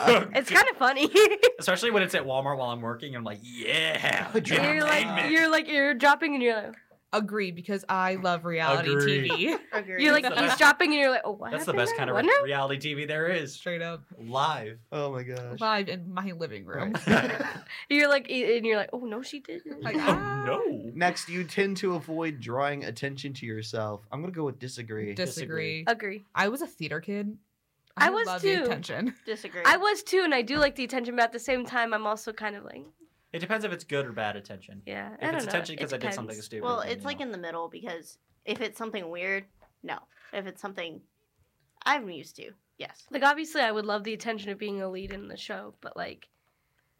Speaker 4: It's kind of funny.
Speaker 5: [LAUGHS]
Speaker 4: [LAUGHS]
Speaker 5: Especially when it's at Walmart while I'm working, I'm like, [LAUGHS] yeah.
Speaker 1: You're
Speaker 4: you're like
Speaker 5: entertainment."
Speaker 4: you're like you're dropping and you're like
Speaker 6: Agree because I love reality
Speaker 5: Agree.
Speaker 6: TV.
Speaker 3: Agree.
Speaker 4: you're like
Speaker 5: That's the
Speaker 4: eavesdropping
Speaker 5: best-
Speaker 4: dropping and you're like oh what
Speaker 5: That's the
Speaker 4: happened
Speaker 5: best
Speaker 4: there?
Speaker 5: kind of
Speaker 4: What
Speaker 5: re-
Speaker 4: now?
Speaker 5: reality TV there is.
Speaker 6: Straight up
Speaker 5: [LAUGHS] Live.
Speaker 1: oh my gosh.
Speaker 6: live in my living room.
Speaker 4: You're like e- and you're like oh no
Speaker 5: [LAUGHS]
Speaker 4: she didn't.
Speaker 6: Like, ah.
Speaker 5: oh, no.
Speaker 1: Next, you tend to avoid drawing attention to yourself. I'm gonna go with disagree.
Speaker 6: Disagree.
Speaker 4: Agree.
Speaker 6: I was a theater kid.
Speaker 4: I was
Speaker 6: love
Speaker 4: too.
Speaker 6: The attention.
Speaker 3: disagree.
Speaker 4: I was too, and I do like the attention, but at the same time, I'm also kind of like,
Speaker 5: It depends if it's good or bad attention.
Speaker 4: yeah. I
Speaker 5: If
Speaker 4: don't
Speaker 5: it's
Speaker 4: know.
Speaker 5: attention
Speaker 4: It
Speaker 5: because I did
Speaker 4: depends.
Speaker 5: something stupid.
Speaker 3: Well,
Speaker 5: then,
Speaker 3: it's
Speaker 5: you
Speaker 3: like
Speaker 5: know.
Speaker 3: in the middle because if it's something weird, no. If it's something I'm used to, yes.
Speaker 4: Like obviously, I would love the attention of being a lead in the show, but like,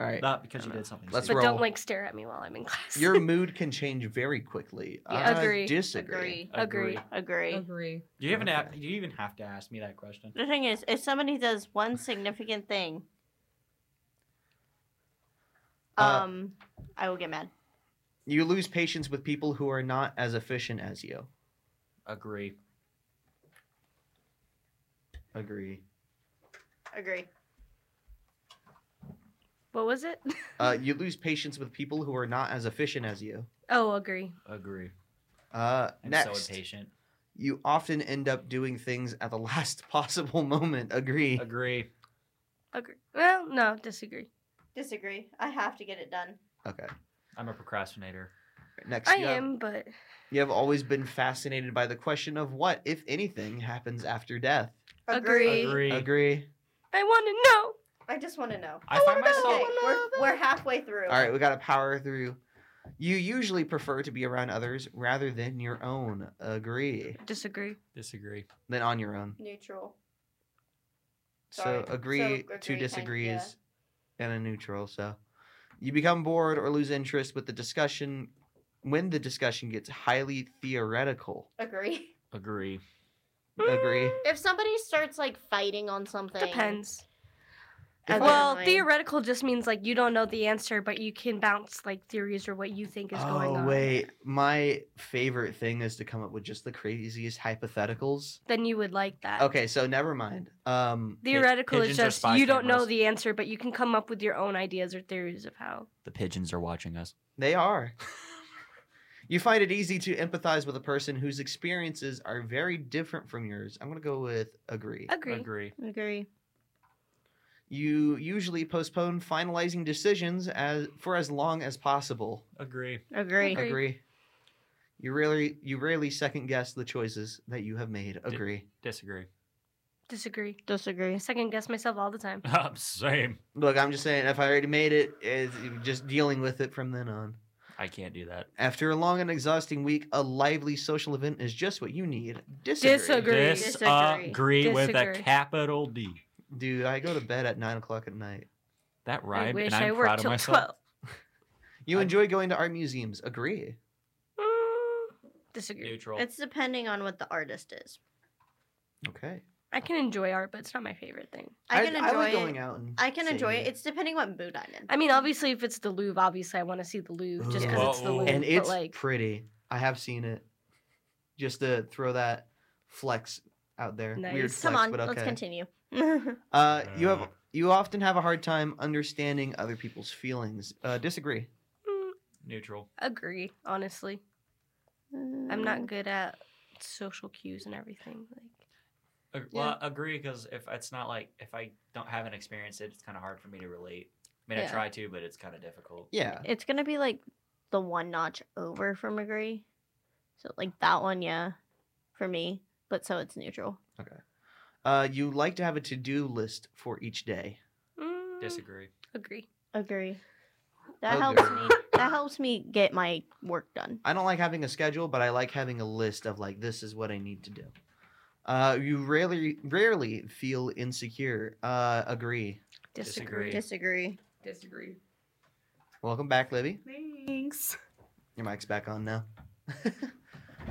Speaker 1: All right.
Speaker 5: not because you did something.
Speaker 1: Let's
Speaker 4: but
Speaker 5: stupid.
Speaker 1: roll.
Speaker 4: don't like stare at me while I'm in [LAUGHS] class.
Speaker 1: Your mood can change very quickly.
Speaker 4: Yeah,
Speaker 1: I
Speaker 4: agree.
Speaker 1: Disagree.
Speaker 4: Agree.
Speaker 3: Agree.
Speaker 6: Agree.
Speaker 5: Do you even
Speaker 1: Okay.
Speaker 5: have? Do you even have to ask me that question?
Speaker 3: The thing is, if somebody does one significant thing,
Speaker 1: Uh,
Speaker 3: um, I will get mad.
Speaker 1: You lose patience with people who are not as efficient as you.
Speaker 5: Agree.
Speaker 1: Agree.
Speaker 3: Agree.
Speaker 4: What was it? [LAUGHS]
Speaker 1: Uh, you lose patience with people who are not as efficient as you.
Speaker 4: Oh, agree.
Speaker 5: Agree.
Speaker 1: Uh,
Speaker 5: I'm
Speaker 1: next,
Speaker 5: so [LAUGHS] impatient.
Speaker 1: you often end up doing things at the [LAUGHS] last possible moment. Agree.
Speaker 5: Agree.
Speaker 4: Agree. Well, no, disagree.
Speaker 3: Disagree. I have to get it done.
Speaker 1: Okay.
Speaker 5: I'm a procrastinator.
Speaker 1: Next,
Speaker 4: I
Speaker 1: you have-
Speaker 4: am, but
Speaker 1: You have always been fascinated by the question of what, if anything, happens after death.
Speaker 4: Agree.
Speaker 5: Agree.
Speaker 1: Agree.
Speaker 4: I want
Speaker 3: I just want to know.
Speaker 5: I find
Speaker 4: wanna know.
Speaker 5: myself.
Speaker 3: Okay, we're, we're halfway through.
Speaker 1: All right, we got to power through. You usually prefer to be around others rather than your own. Agree.
Speaker 4: to know. Disagree.
Speaker 5: Disagree.
Speaker 1: Than on your own.
Speaker 3: Neutral. Sorry.
Speaker 1: So agree,
Speaker 3: So agree
Speaker 1: to
Speaker 3: kind-
Speaker 1: disagrees
Speaker 3: yeah.
Speaker 1: and a neutral. So you become bored or lose interest with the discussion when the discussion gets highly theoretical.
Speaker 3: Agree.
Speaker 5: Agree.
Speaker 4: [GASPS]
Speaker 1: Agree.
Speaker 3: If somebody starts like fighting on something,
Speaker 4: Mm, Depends.
Speaker 1: If
Speaker 4: well,
Speaker 3: Definitely.
Speaker 4: theoretical just means like you don't know the answer, but you can bounce like theories or what you think is going
Speaker 1: Oh
Speaker 4: on.
Speaker 1: wait, my favorite thing is to come up with just the craziest hypotheticals.
Speaker 4: Then you would like that.
Speaker 1: Okay, so never mind. Um,
Speaker 4: Theoretical is
Speaker 5: pigeons are
Speaker 4: just
Speaker 5: spy
Speaker 4: you don't know
Speaker 5: cameras.
Speaker 4: the answer, but you can come up with your own ideas or theories of how.
Speaker 5: The pigeons are watching us.
Speaker 1: they are. [LAUGHS] you find it easy to empathize with a person whose experiences are very different from yours. I'm gonna go with agree.
Speaker 4: Agree.
Speaker 5: Agree.
Speaker 3: Agree.
Speaker 1: You usually postpone finalizing decisions as for as long as possible.
Speaker 5: Agree.
Speaker 3: Agree.
Speaker 4: Agree.
Speaker 1: You rarely you rarely second guess the choices that you have made. Agree.
Speaker 5: Disagree. [LAUGHS]
Speaker 4: Disagree. I
Speaker 3: Disagree.
Speaker 4: second guess myself all the time.
Speaker 5: Same.
Speaker 1: Look, I'm just saying if I already made it, it's just dealing with it from then on.
Speaker 5: I can't do that.
Speaker 1: After a long and exhausting week, a lively social event is just what you need. Disagree.
Speaker 4: Disagree. Agree.
Speaker 5: Disagree, uh, with a
Speaker 4: Disagree.
Speaker 5: capital D.
Speaker 1: Dude, I go to bed at nine o'clock at night.
Speaker 5: That
Speaker 4: I
Speaker 5: rhymed,
Speaker 4: wish
Speaker 5: and I'm
Speaker 4: I
Speaker 5: proud
Speaker 4: worked
Speaker 5: of
Speaker 4: till
Speaker 5: myself.
Speaker 4: twelve. [LAUGHS]
Speaker 1: You
Speaker 5: I-
Speaker 1: enjoy going to art museums. Agree.
Speaker 4: Mm, disagree.
Speaker 5: Neutral.
Speaker 3: It's depending on what the artist is.
Speaker 1: Okay.
Speaker 4: I can enjoy art, but it's not my favorite thing.
Speaker 3: I can enjoy
Speaker 1: like
Speaker 3: it.
Speaker 1: going out. And
Speaker 3: I can
Speaker 1: seeing
Speaker 3: enjoy it. It's depending what mood I'm in.
Speaker 4: I mean, obviously, if it's the Louvre, obviously I want to see the Louvre just
Speaker 1: Yeah.
Speaker 4: because it's the
Speaker 5: Whoa.
Speaker 4: Louvre.
Speaker 1: and
Speaker 4: but,
Speaker 1: it's
Speaker 4: like,
Speaker 1: pretty. I have seen it. Just to throw that flex out there. Weird
Speaker 4: Nice.
Speaker 1: flex,
Speaker 3: Come on,
Speaker 1: but okay.
Speaker 3: let's continue. [LAUGHS] Agree.
Speaker 1: Uh, you have
Speaker 5: Uh.
Speaker 1: you often have a hard time understanding other people's feelings. Uh, disagree.
Speaker 4: mm,
Speaker 5: Neutral.
Speaker 4: agree. Honestly, I'm
Speaker 1: Mm.
Speaker 4: not good at social cues and everything. Like,
Speaker 5: Ag- Well, agree because if it's not like if I don't haven't experienced it, it's kind of hard for me to relate. I mean, I
Speaker 4: Yeah.
Speaker 5: try to, but it's kind of difficult.
Speaker 1: Yeah.
Speaker 3: It's gonna be like the one notch over from agree. So like that one, yeah, for me. But so it's neutral.
Speaker 1: Uh, you like to have a to do list for each day.
Speaker 4: mm,
Speaker 5: Disagree.
Speaker 4: Agree.
Speaker 3: Agree. That helps
Speaker 1: Agree.
Speaker 3: me. That helps me get my work done.
Speaker 1: I don't like having a schedule, but I like having a list of like this is what I need to do. Uh, you rarely rarely feel insecure. Uh, agree.
Speaker 5: Disagree.
Speaker 4: Disagree.
Speaker 3: Disagree.
Speaker 7: Disagree.
Speaker 1: Welcome back, Libby.
Speaker 7: Thanks.
Speaker 1: Your mic's back on now. [LAUGHS]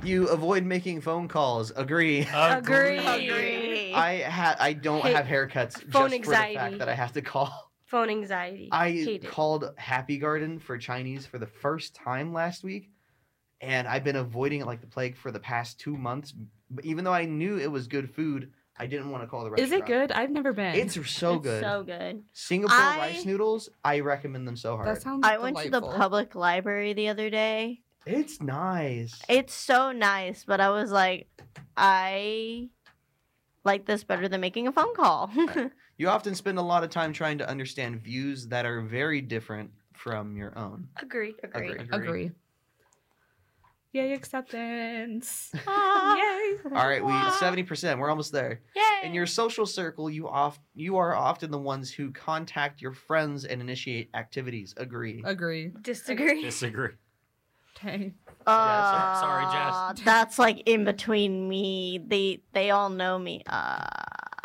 Speaker 1: you avoid making phone calls. Agree.
Speaker 4: Agree.
Speaker 3: Agree.
Speaker 1: I ha- I don't
Speaker 4: Hey,
Speaker 1: have haircuts
Speaker 4: phone
Speaker 1: just for the fact
Speaker 4: anxiety.
Speaker 1: that I have to call.
Speaker 4: Phone anxiety.
Speaker 1: I
Speaker 4: hate it.
Speaker 1: called Happy Garden for Chinese for the first time last week, and I've been avoiding it like the plague for the past two months. But even though I knew it was good food, I didn't want to call the
Speaker 6: Is
Speaker 1: restaurant.
Speaker 6: it good? I've never been.
Speaker 1: It's so
Speaker 3: It's
Speaker 1: good.
Speaker 3: So good.
Speaker 1: Singapore
Speaker 3: I-
Speaker 1: rice noodles, I recommend them so hard.
Speaker 6: that sounds.
Speaker 3: I went to the
Speaker 6: delightful.
Speaker 3: public library the other day.
Speaker 1: it's nice.
Speaker 3: It's so nice, but I was like, I like this better than making a phone call. [LAUGHS]
Speaker 1: You often spend a lot of time trying to understand views that are very different from your own.
Speaker 4: Agree.
Speaker 1: Agree.
Speaker 6: Agree. Yay acceptance.
Speaker 3: Ah.
Speaker 1: [LAUGHS] All right, we 70%, we're almost there.
Speaker 4: Yay.
Speaker 1: In your social circle, you off you are often the ones who contact your friends and initiate activities. Agree.
Speaker 6: [LAUGHS] Agree.
Speaker 4: disagree.
Speaker 5: Disagree.
Speaker 6: Okay.
Speaker 5: Yeah, so- sorry,
Speaker 3: Uh,
Speaker 5: Jess.
Speaker 3: [LAUGHS] That's like in between me. They they all know me. Uh,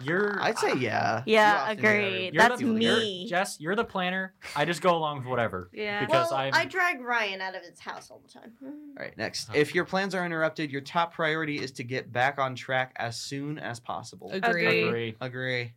Speaker 5: You're. uh,
Speaker 1: I'd say yeah. You
Speaker 3: yeah,
Speaker 1: often do.
Speaker 3: agree.
Speaker 5: You're
Speaker 3: That's
Speaker 5: the, you're-
Speaker 3: me.
Speaker 5: Jess, you're the planner. I just go along with whatever.
Speaker 4: yeah.
Speaker 5: Because I'm-
Speaker 3: drag Ryan out of his house all the time.
Speaker 1: All right, next.
Speaker 5: Okay.
Speaker 1: If your plans are interrupted, your top priority is to get back on track as soon as possible.
Speaker 6: Agree.
Speaker 5: Agree.
Speaker 1: Agree.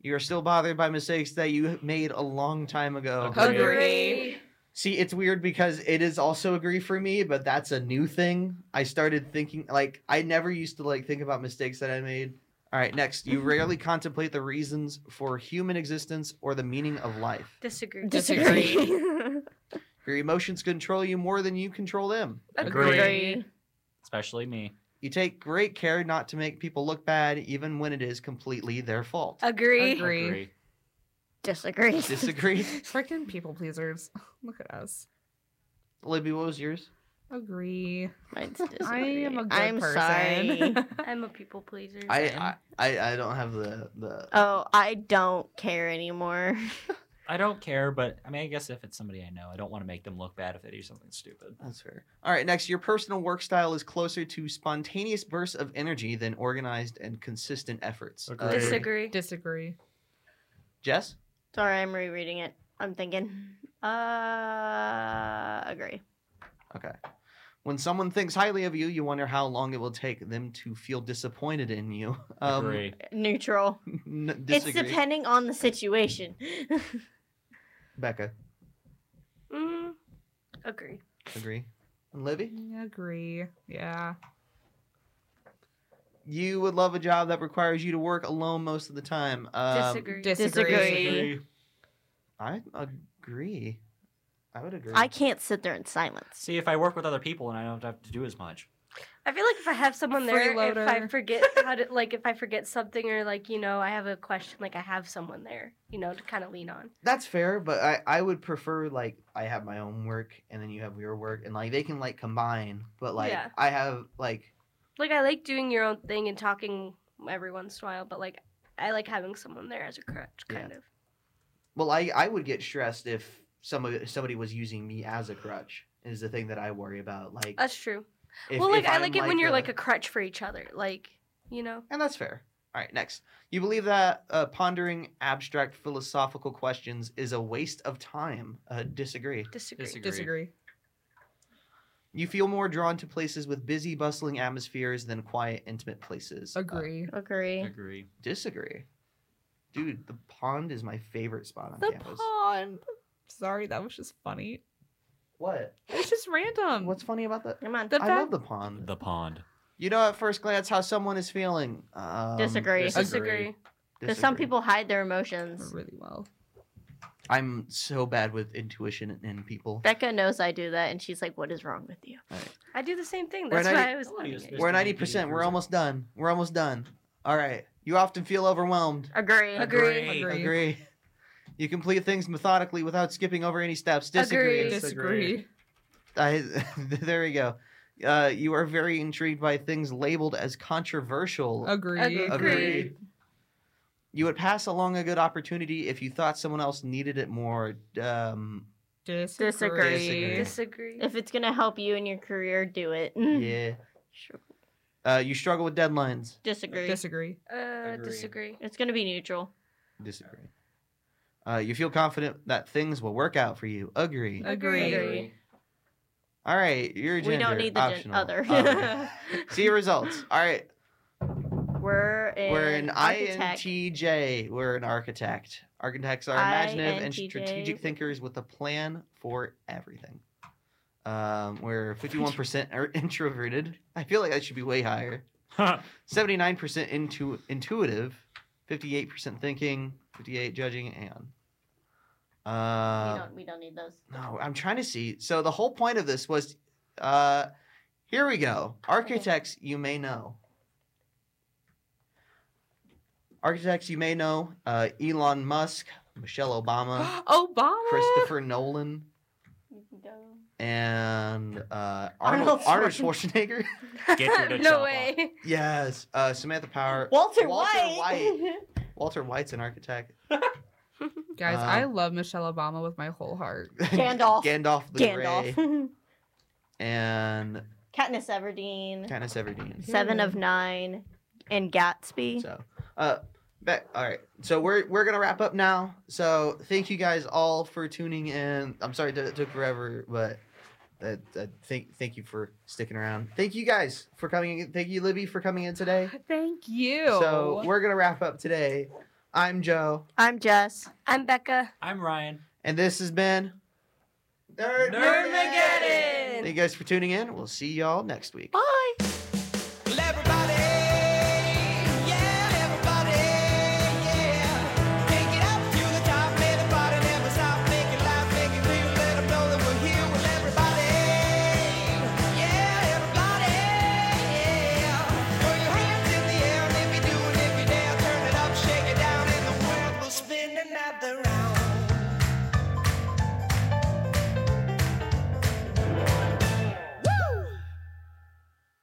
Speaker 1: You are still bothered by mistakes that you made a long time ago.
Speaker 5: Agree.
Speaker 6: Agree.
Speaker 1: See, it's weird because it is also agree for me, but that's a new thing. I started thinking like I never used to like think about mistakes that I made. All right, next. You [LAUGHS] rarely contemplate the reasons for human existence or the meaning of life.
Speaker 4: Disagree.
Speaker 6: Disagree.
Speaker 1: Your emotions control you more than you control them.
Speaker 5: Agree.
Speaker 3: [LAUGHS] Agree.
Speaker 5: Especially me.
Speaker 1: You take great care not to make people look bad, even when it is completely their fault.
Speaker 4: Agree.
Speaker 6: Agree.
Speaker 3: Disagree.
Speaker 1: Disagree.
Speaker 6: Freaking people pleasers. [LAUGHS] Look at us.
Speaker 1: Libby, what was yours?
Speaker 6: Agree.
Speaker 3: Mine's
Speaker 6: I
Speaker 3: disagree.
Speaker 6: am a good
Speaker 3: I'm
Speaker 6: person.
Speaker 3: sorry. [LAUGHS]
Speaker 6: [LAUGHS]
Speaker 4: I'm a people pleaser.
Speaker 1: I, I I I don't have the the.
Speaker 3: Oh, I don't care anymore.
Speaker 5: I don't care, but I mean, I guess if it's somebody I know, I don't want to make them look bad if they do something stupid.
Speaker 1: That's fair. All right, next. Your personal work style is closer to spontaneous bursts of energy than organized and consistent efforts. Uh,
Speaker 5: Agree.
Speaker 4: Disagree.
Speaker 6: Disagree.
Speaker 1: Jess?
Speaker 3: Sorry, I'm rereading it. I'm thinking. [LAUGHS] Uh, agree.
Speaker 1: Okay. When someone thinks highly of you, you wonder how long it will take them to feel disappointed in you. [LAUGHS] Um,
Speaker 5: Agree.
Speaker 3: Neutral.
Speaker 1: n-
Speaker 3: It's
Speaker 1: disagree.
Speaker 3: depending on the
Speaker 1: [LAUGHS]
Speaker 3: situation.
Speaker 1: Becca,
Speaker 4: Mm, agree.
Speaker 1: agree. And Libby?
Speaker 6: Agree. Yeah.
Speaker 1: You would love a job that requires you to work alone most of the time. Um,
Speaker 4: disagree.
Speaker 6: Disagree.
Speaker 3: Disagree.
Speaker 1: I agree. I would agree.
Speaker 3: I can't sit there in silence.
Speaker 5: See, if I work with other people and I don't have to do as much.
Speaker 4: I feel like if I have someone there, if I
Speaker 6: Freeloader.
Speaker 4: forget how to, like, if I forget something or, like, you know, I have a question, like, I have someone there, you know, to kind of lean on.
Speaker 1: That's fair, but I, I would prefer like I have my own work and then you have your work and like they can like combine, but like
Speaker 4: Yeah.
Speaker 1: I have like
Speaker 4: Like, I like doing your own thing and talking every once in a while, but, like, I like having someone there as a crutch,
Speaker 1: Yeah.
Speaker 4: kind of.
Speaker 1: well I, I would get stressed if somebody somebody was using me as a crutch is the thing that I worry about. Like
Speaker 4: That's true.
Speaker 1: if-
Speaker 4: well, like,
Speaker 1: if
Speaker 4: I
Speaker 1: I'm,
Speaker 4: like it when you're,
Speaker 1: a-
Speaker 4: like, a crutch for each other. Like, you know?
Speaker 1: And that's fair. All right, next. You believe that uh, pondering abstract philosophical questions is a waste of time. Uh, disagree.
Speaker 4: Disagree.
Speaker 5: Disagree.
Speaker 6: Disagree.
Speaker 1: You feel more drawn to places with busy, bustling atmospheres than quiet, intimate places. Uh,
Speaker 6: Agree.
Speaker 3: Agree.
Speaker 5: Agree.
Speaker 1: disagree. Dude, the pond is my favorite spot on
Speaker 6: the
Speaker 1: campus.
Speaker 6: pond. Sorry, that was just funny.
Speaker 1: What?
Speaker 6: It's just random.
Speaker 1: What's funny about that?
Speaker 3: Come on.
Speaker 6: The
Speaker 1: I
Speaker 6: fact-
Speaker 1: love the pond.
Speaker 5: The pond.
Speaker 1: You know at first glance how someone is feeling. Um,
Speaker 3: disagree.
Speaker 5: dis-
Speaker 3: Because
Speaker 4: Disagree.
Speaker 3: some
Speaker 1: disagree.
Speaker 3: people hide their emotions.
Speaker 6: really well?
Speaker 1: I'm so bad with intuition in people.
Speaker 3: Becca knows I do that, and she's like, "What is wrong with you?"
Speaker 4: I do the same thing.
Speaker 1: We're
Speaker 4: That's
Speaker 1: not
Speaker 4: why
Speaker 1: e-
Speaker 4: I was
Speaker 5: Oh,
Speaker 4: leaning
Speaker 5: yes,
Speaker 4: it.
Speaker 5: yes.
Speaker 1: We're
Speaker 5: Just
Speaker 1: ninety
Speaker 5: make it
Speaker 1: percent. We're
Speaker 5: easier.
Speaker 1: almost done. We're almost done. All right. You often feel overwhelmed.
Speaker 3: Agree.
Speaker 4: Agree.
Speaker 6: Agree.
Speaker 1: Agree. You complete things methodically without skipping over any steps. Disagree.
Speaker 4: Agree.
Speaker 6: Disagree.
Speaker 1: I, [LAUGHS] there we go. Uh, you are very intrigued by things labeled as controversial.
Speaker 6: Agree.
Speaker 4: Agree.
Speaker 1: Agree. You would pass along a good opportunity if you thought someone else needed it more. Um,
Speaker 6: Disagree.
Speaker 1: Disagree.
Speaker 4: Disagree.
Speaker 3: If it's gonna help you in your career, do it.
Speaker 1: yeah.
Speaker 3: [LAUGHS] Sure.
Speaker 1: Uh, you struggle with deadlines.
Speaker 3: Disagree.
Speaker 6: Disagree.
Speaker 4: Uh,
Speaker 5: Agree.
Speaker 4: disagree.
Speaker 3: it's gonna be neutral.
Speaker 1: Disagree. Uh, you feel confident that things will work out for you. Agree.
Speaker 6: Agree.
Speaker 4: Agree.
Speaker 1: All right. Your gender.
Speaker 3: We don't need the gen-
Speaker 1: optional. Oh,
Speaker 3: other. [LAUGHS]
Speaker 1: Okay. See your results. All right.
Speaker 3: We're in.
Speaker 1: We're an
Speaker 3: architect.
Speaker 1: INTJ. We're an architect. Architects are imaginative and
Speaker 3: INTJ.
Speaker 1: strategic thinkers with a plan for everything. Um, we're 51% are [LAUGHS] introverted. I feel like I should be way higher. 79% into intuitive, 58% thinking, 58 judging, and
Speaker 3: we,
Speaker 1: uh,
Speaker 3: don't, we don't need those.
Speaker 1: no, I'm trying to see. So the whole point of this was, uh, here we go. Architects you may know. Architects you may know: uh, Elon Musk, Michelle [GASPS] Obama,
Speaker 6: [GASPS]
Speaker 1: Uh,
Speaker 6: Obama.
Speaker 1: Christopher Nolan,
Speaker 3: No.
Speaker 1: and uh, Arnold,
Speaker 3: Arnold
Speaker 1: Arnold [LAUGHS] Schwarzenegger.
Speaker 5: Get your
Speaker 4: [LAUGHS] no
Speaker 5: job
Speaker 4: way.
Speaker 1: yes, uh, Samantha Power.
Speaker 3: Walter,
Speaker 1: White.
Speaker 3: [LAUGHS] White.
Speaker 1: Walter White's an architect.
Speaker 6: Guys,
Speaker 1: Uh,
Speaker 6: I love Michelle Obama with my whole
Speaker 1: [LAUGHS]
Speaker 6: heart.
Speaker 3: Gandalf.
Speaker 1: Gandalf the Gandalf. Grey.
Speaker 3: Gandalf.
Speaker 1: And
Speaker 3: [LAUGHS] Katniss Everdeen.
Speaker 1: Katniss Everdeen.
Speaker 3: Seven of Nine. And Gatsby.
Speaker 1: So, uh, but, all right. So we're we're gonna wrap up now. So thank you guys all for tuning in. I'm sorry that it took forever, but uh, uh, thank thank you for sticking around. Thank you guys for coming. in. Thank you, Libby, for coming in today.
Speaker 6: Thank you.
Speaker 1: So we're gonna wrap up today. I'm Joe,
Speaker 3: I'm Jess.
Speaker 4: I'm Becca.
Speaker 5: I'm Ryan.
Speaker 1: and this has been Nerd-
Speaker 4: Nerdmageddon!
Speaker 1: Thank you guys for tuning in. We'll see y'all next week.
Speaker 8: Well, everybody, yeah, everybody, yeah. Take it up to the top, let the party never stop. Make it loud, make it real, let 'em know that we're here. Well, everybody, yeah, everybody, yeah. Throw your hands in the air and if you do and if you dare, turn it up, shake it down, and the world will spin another round.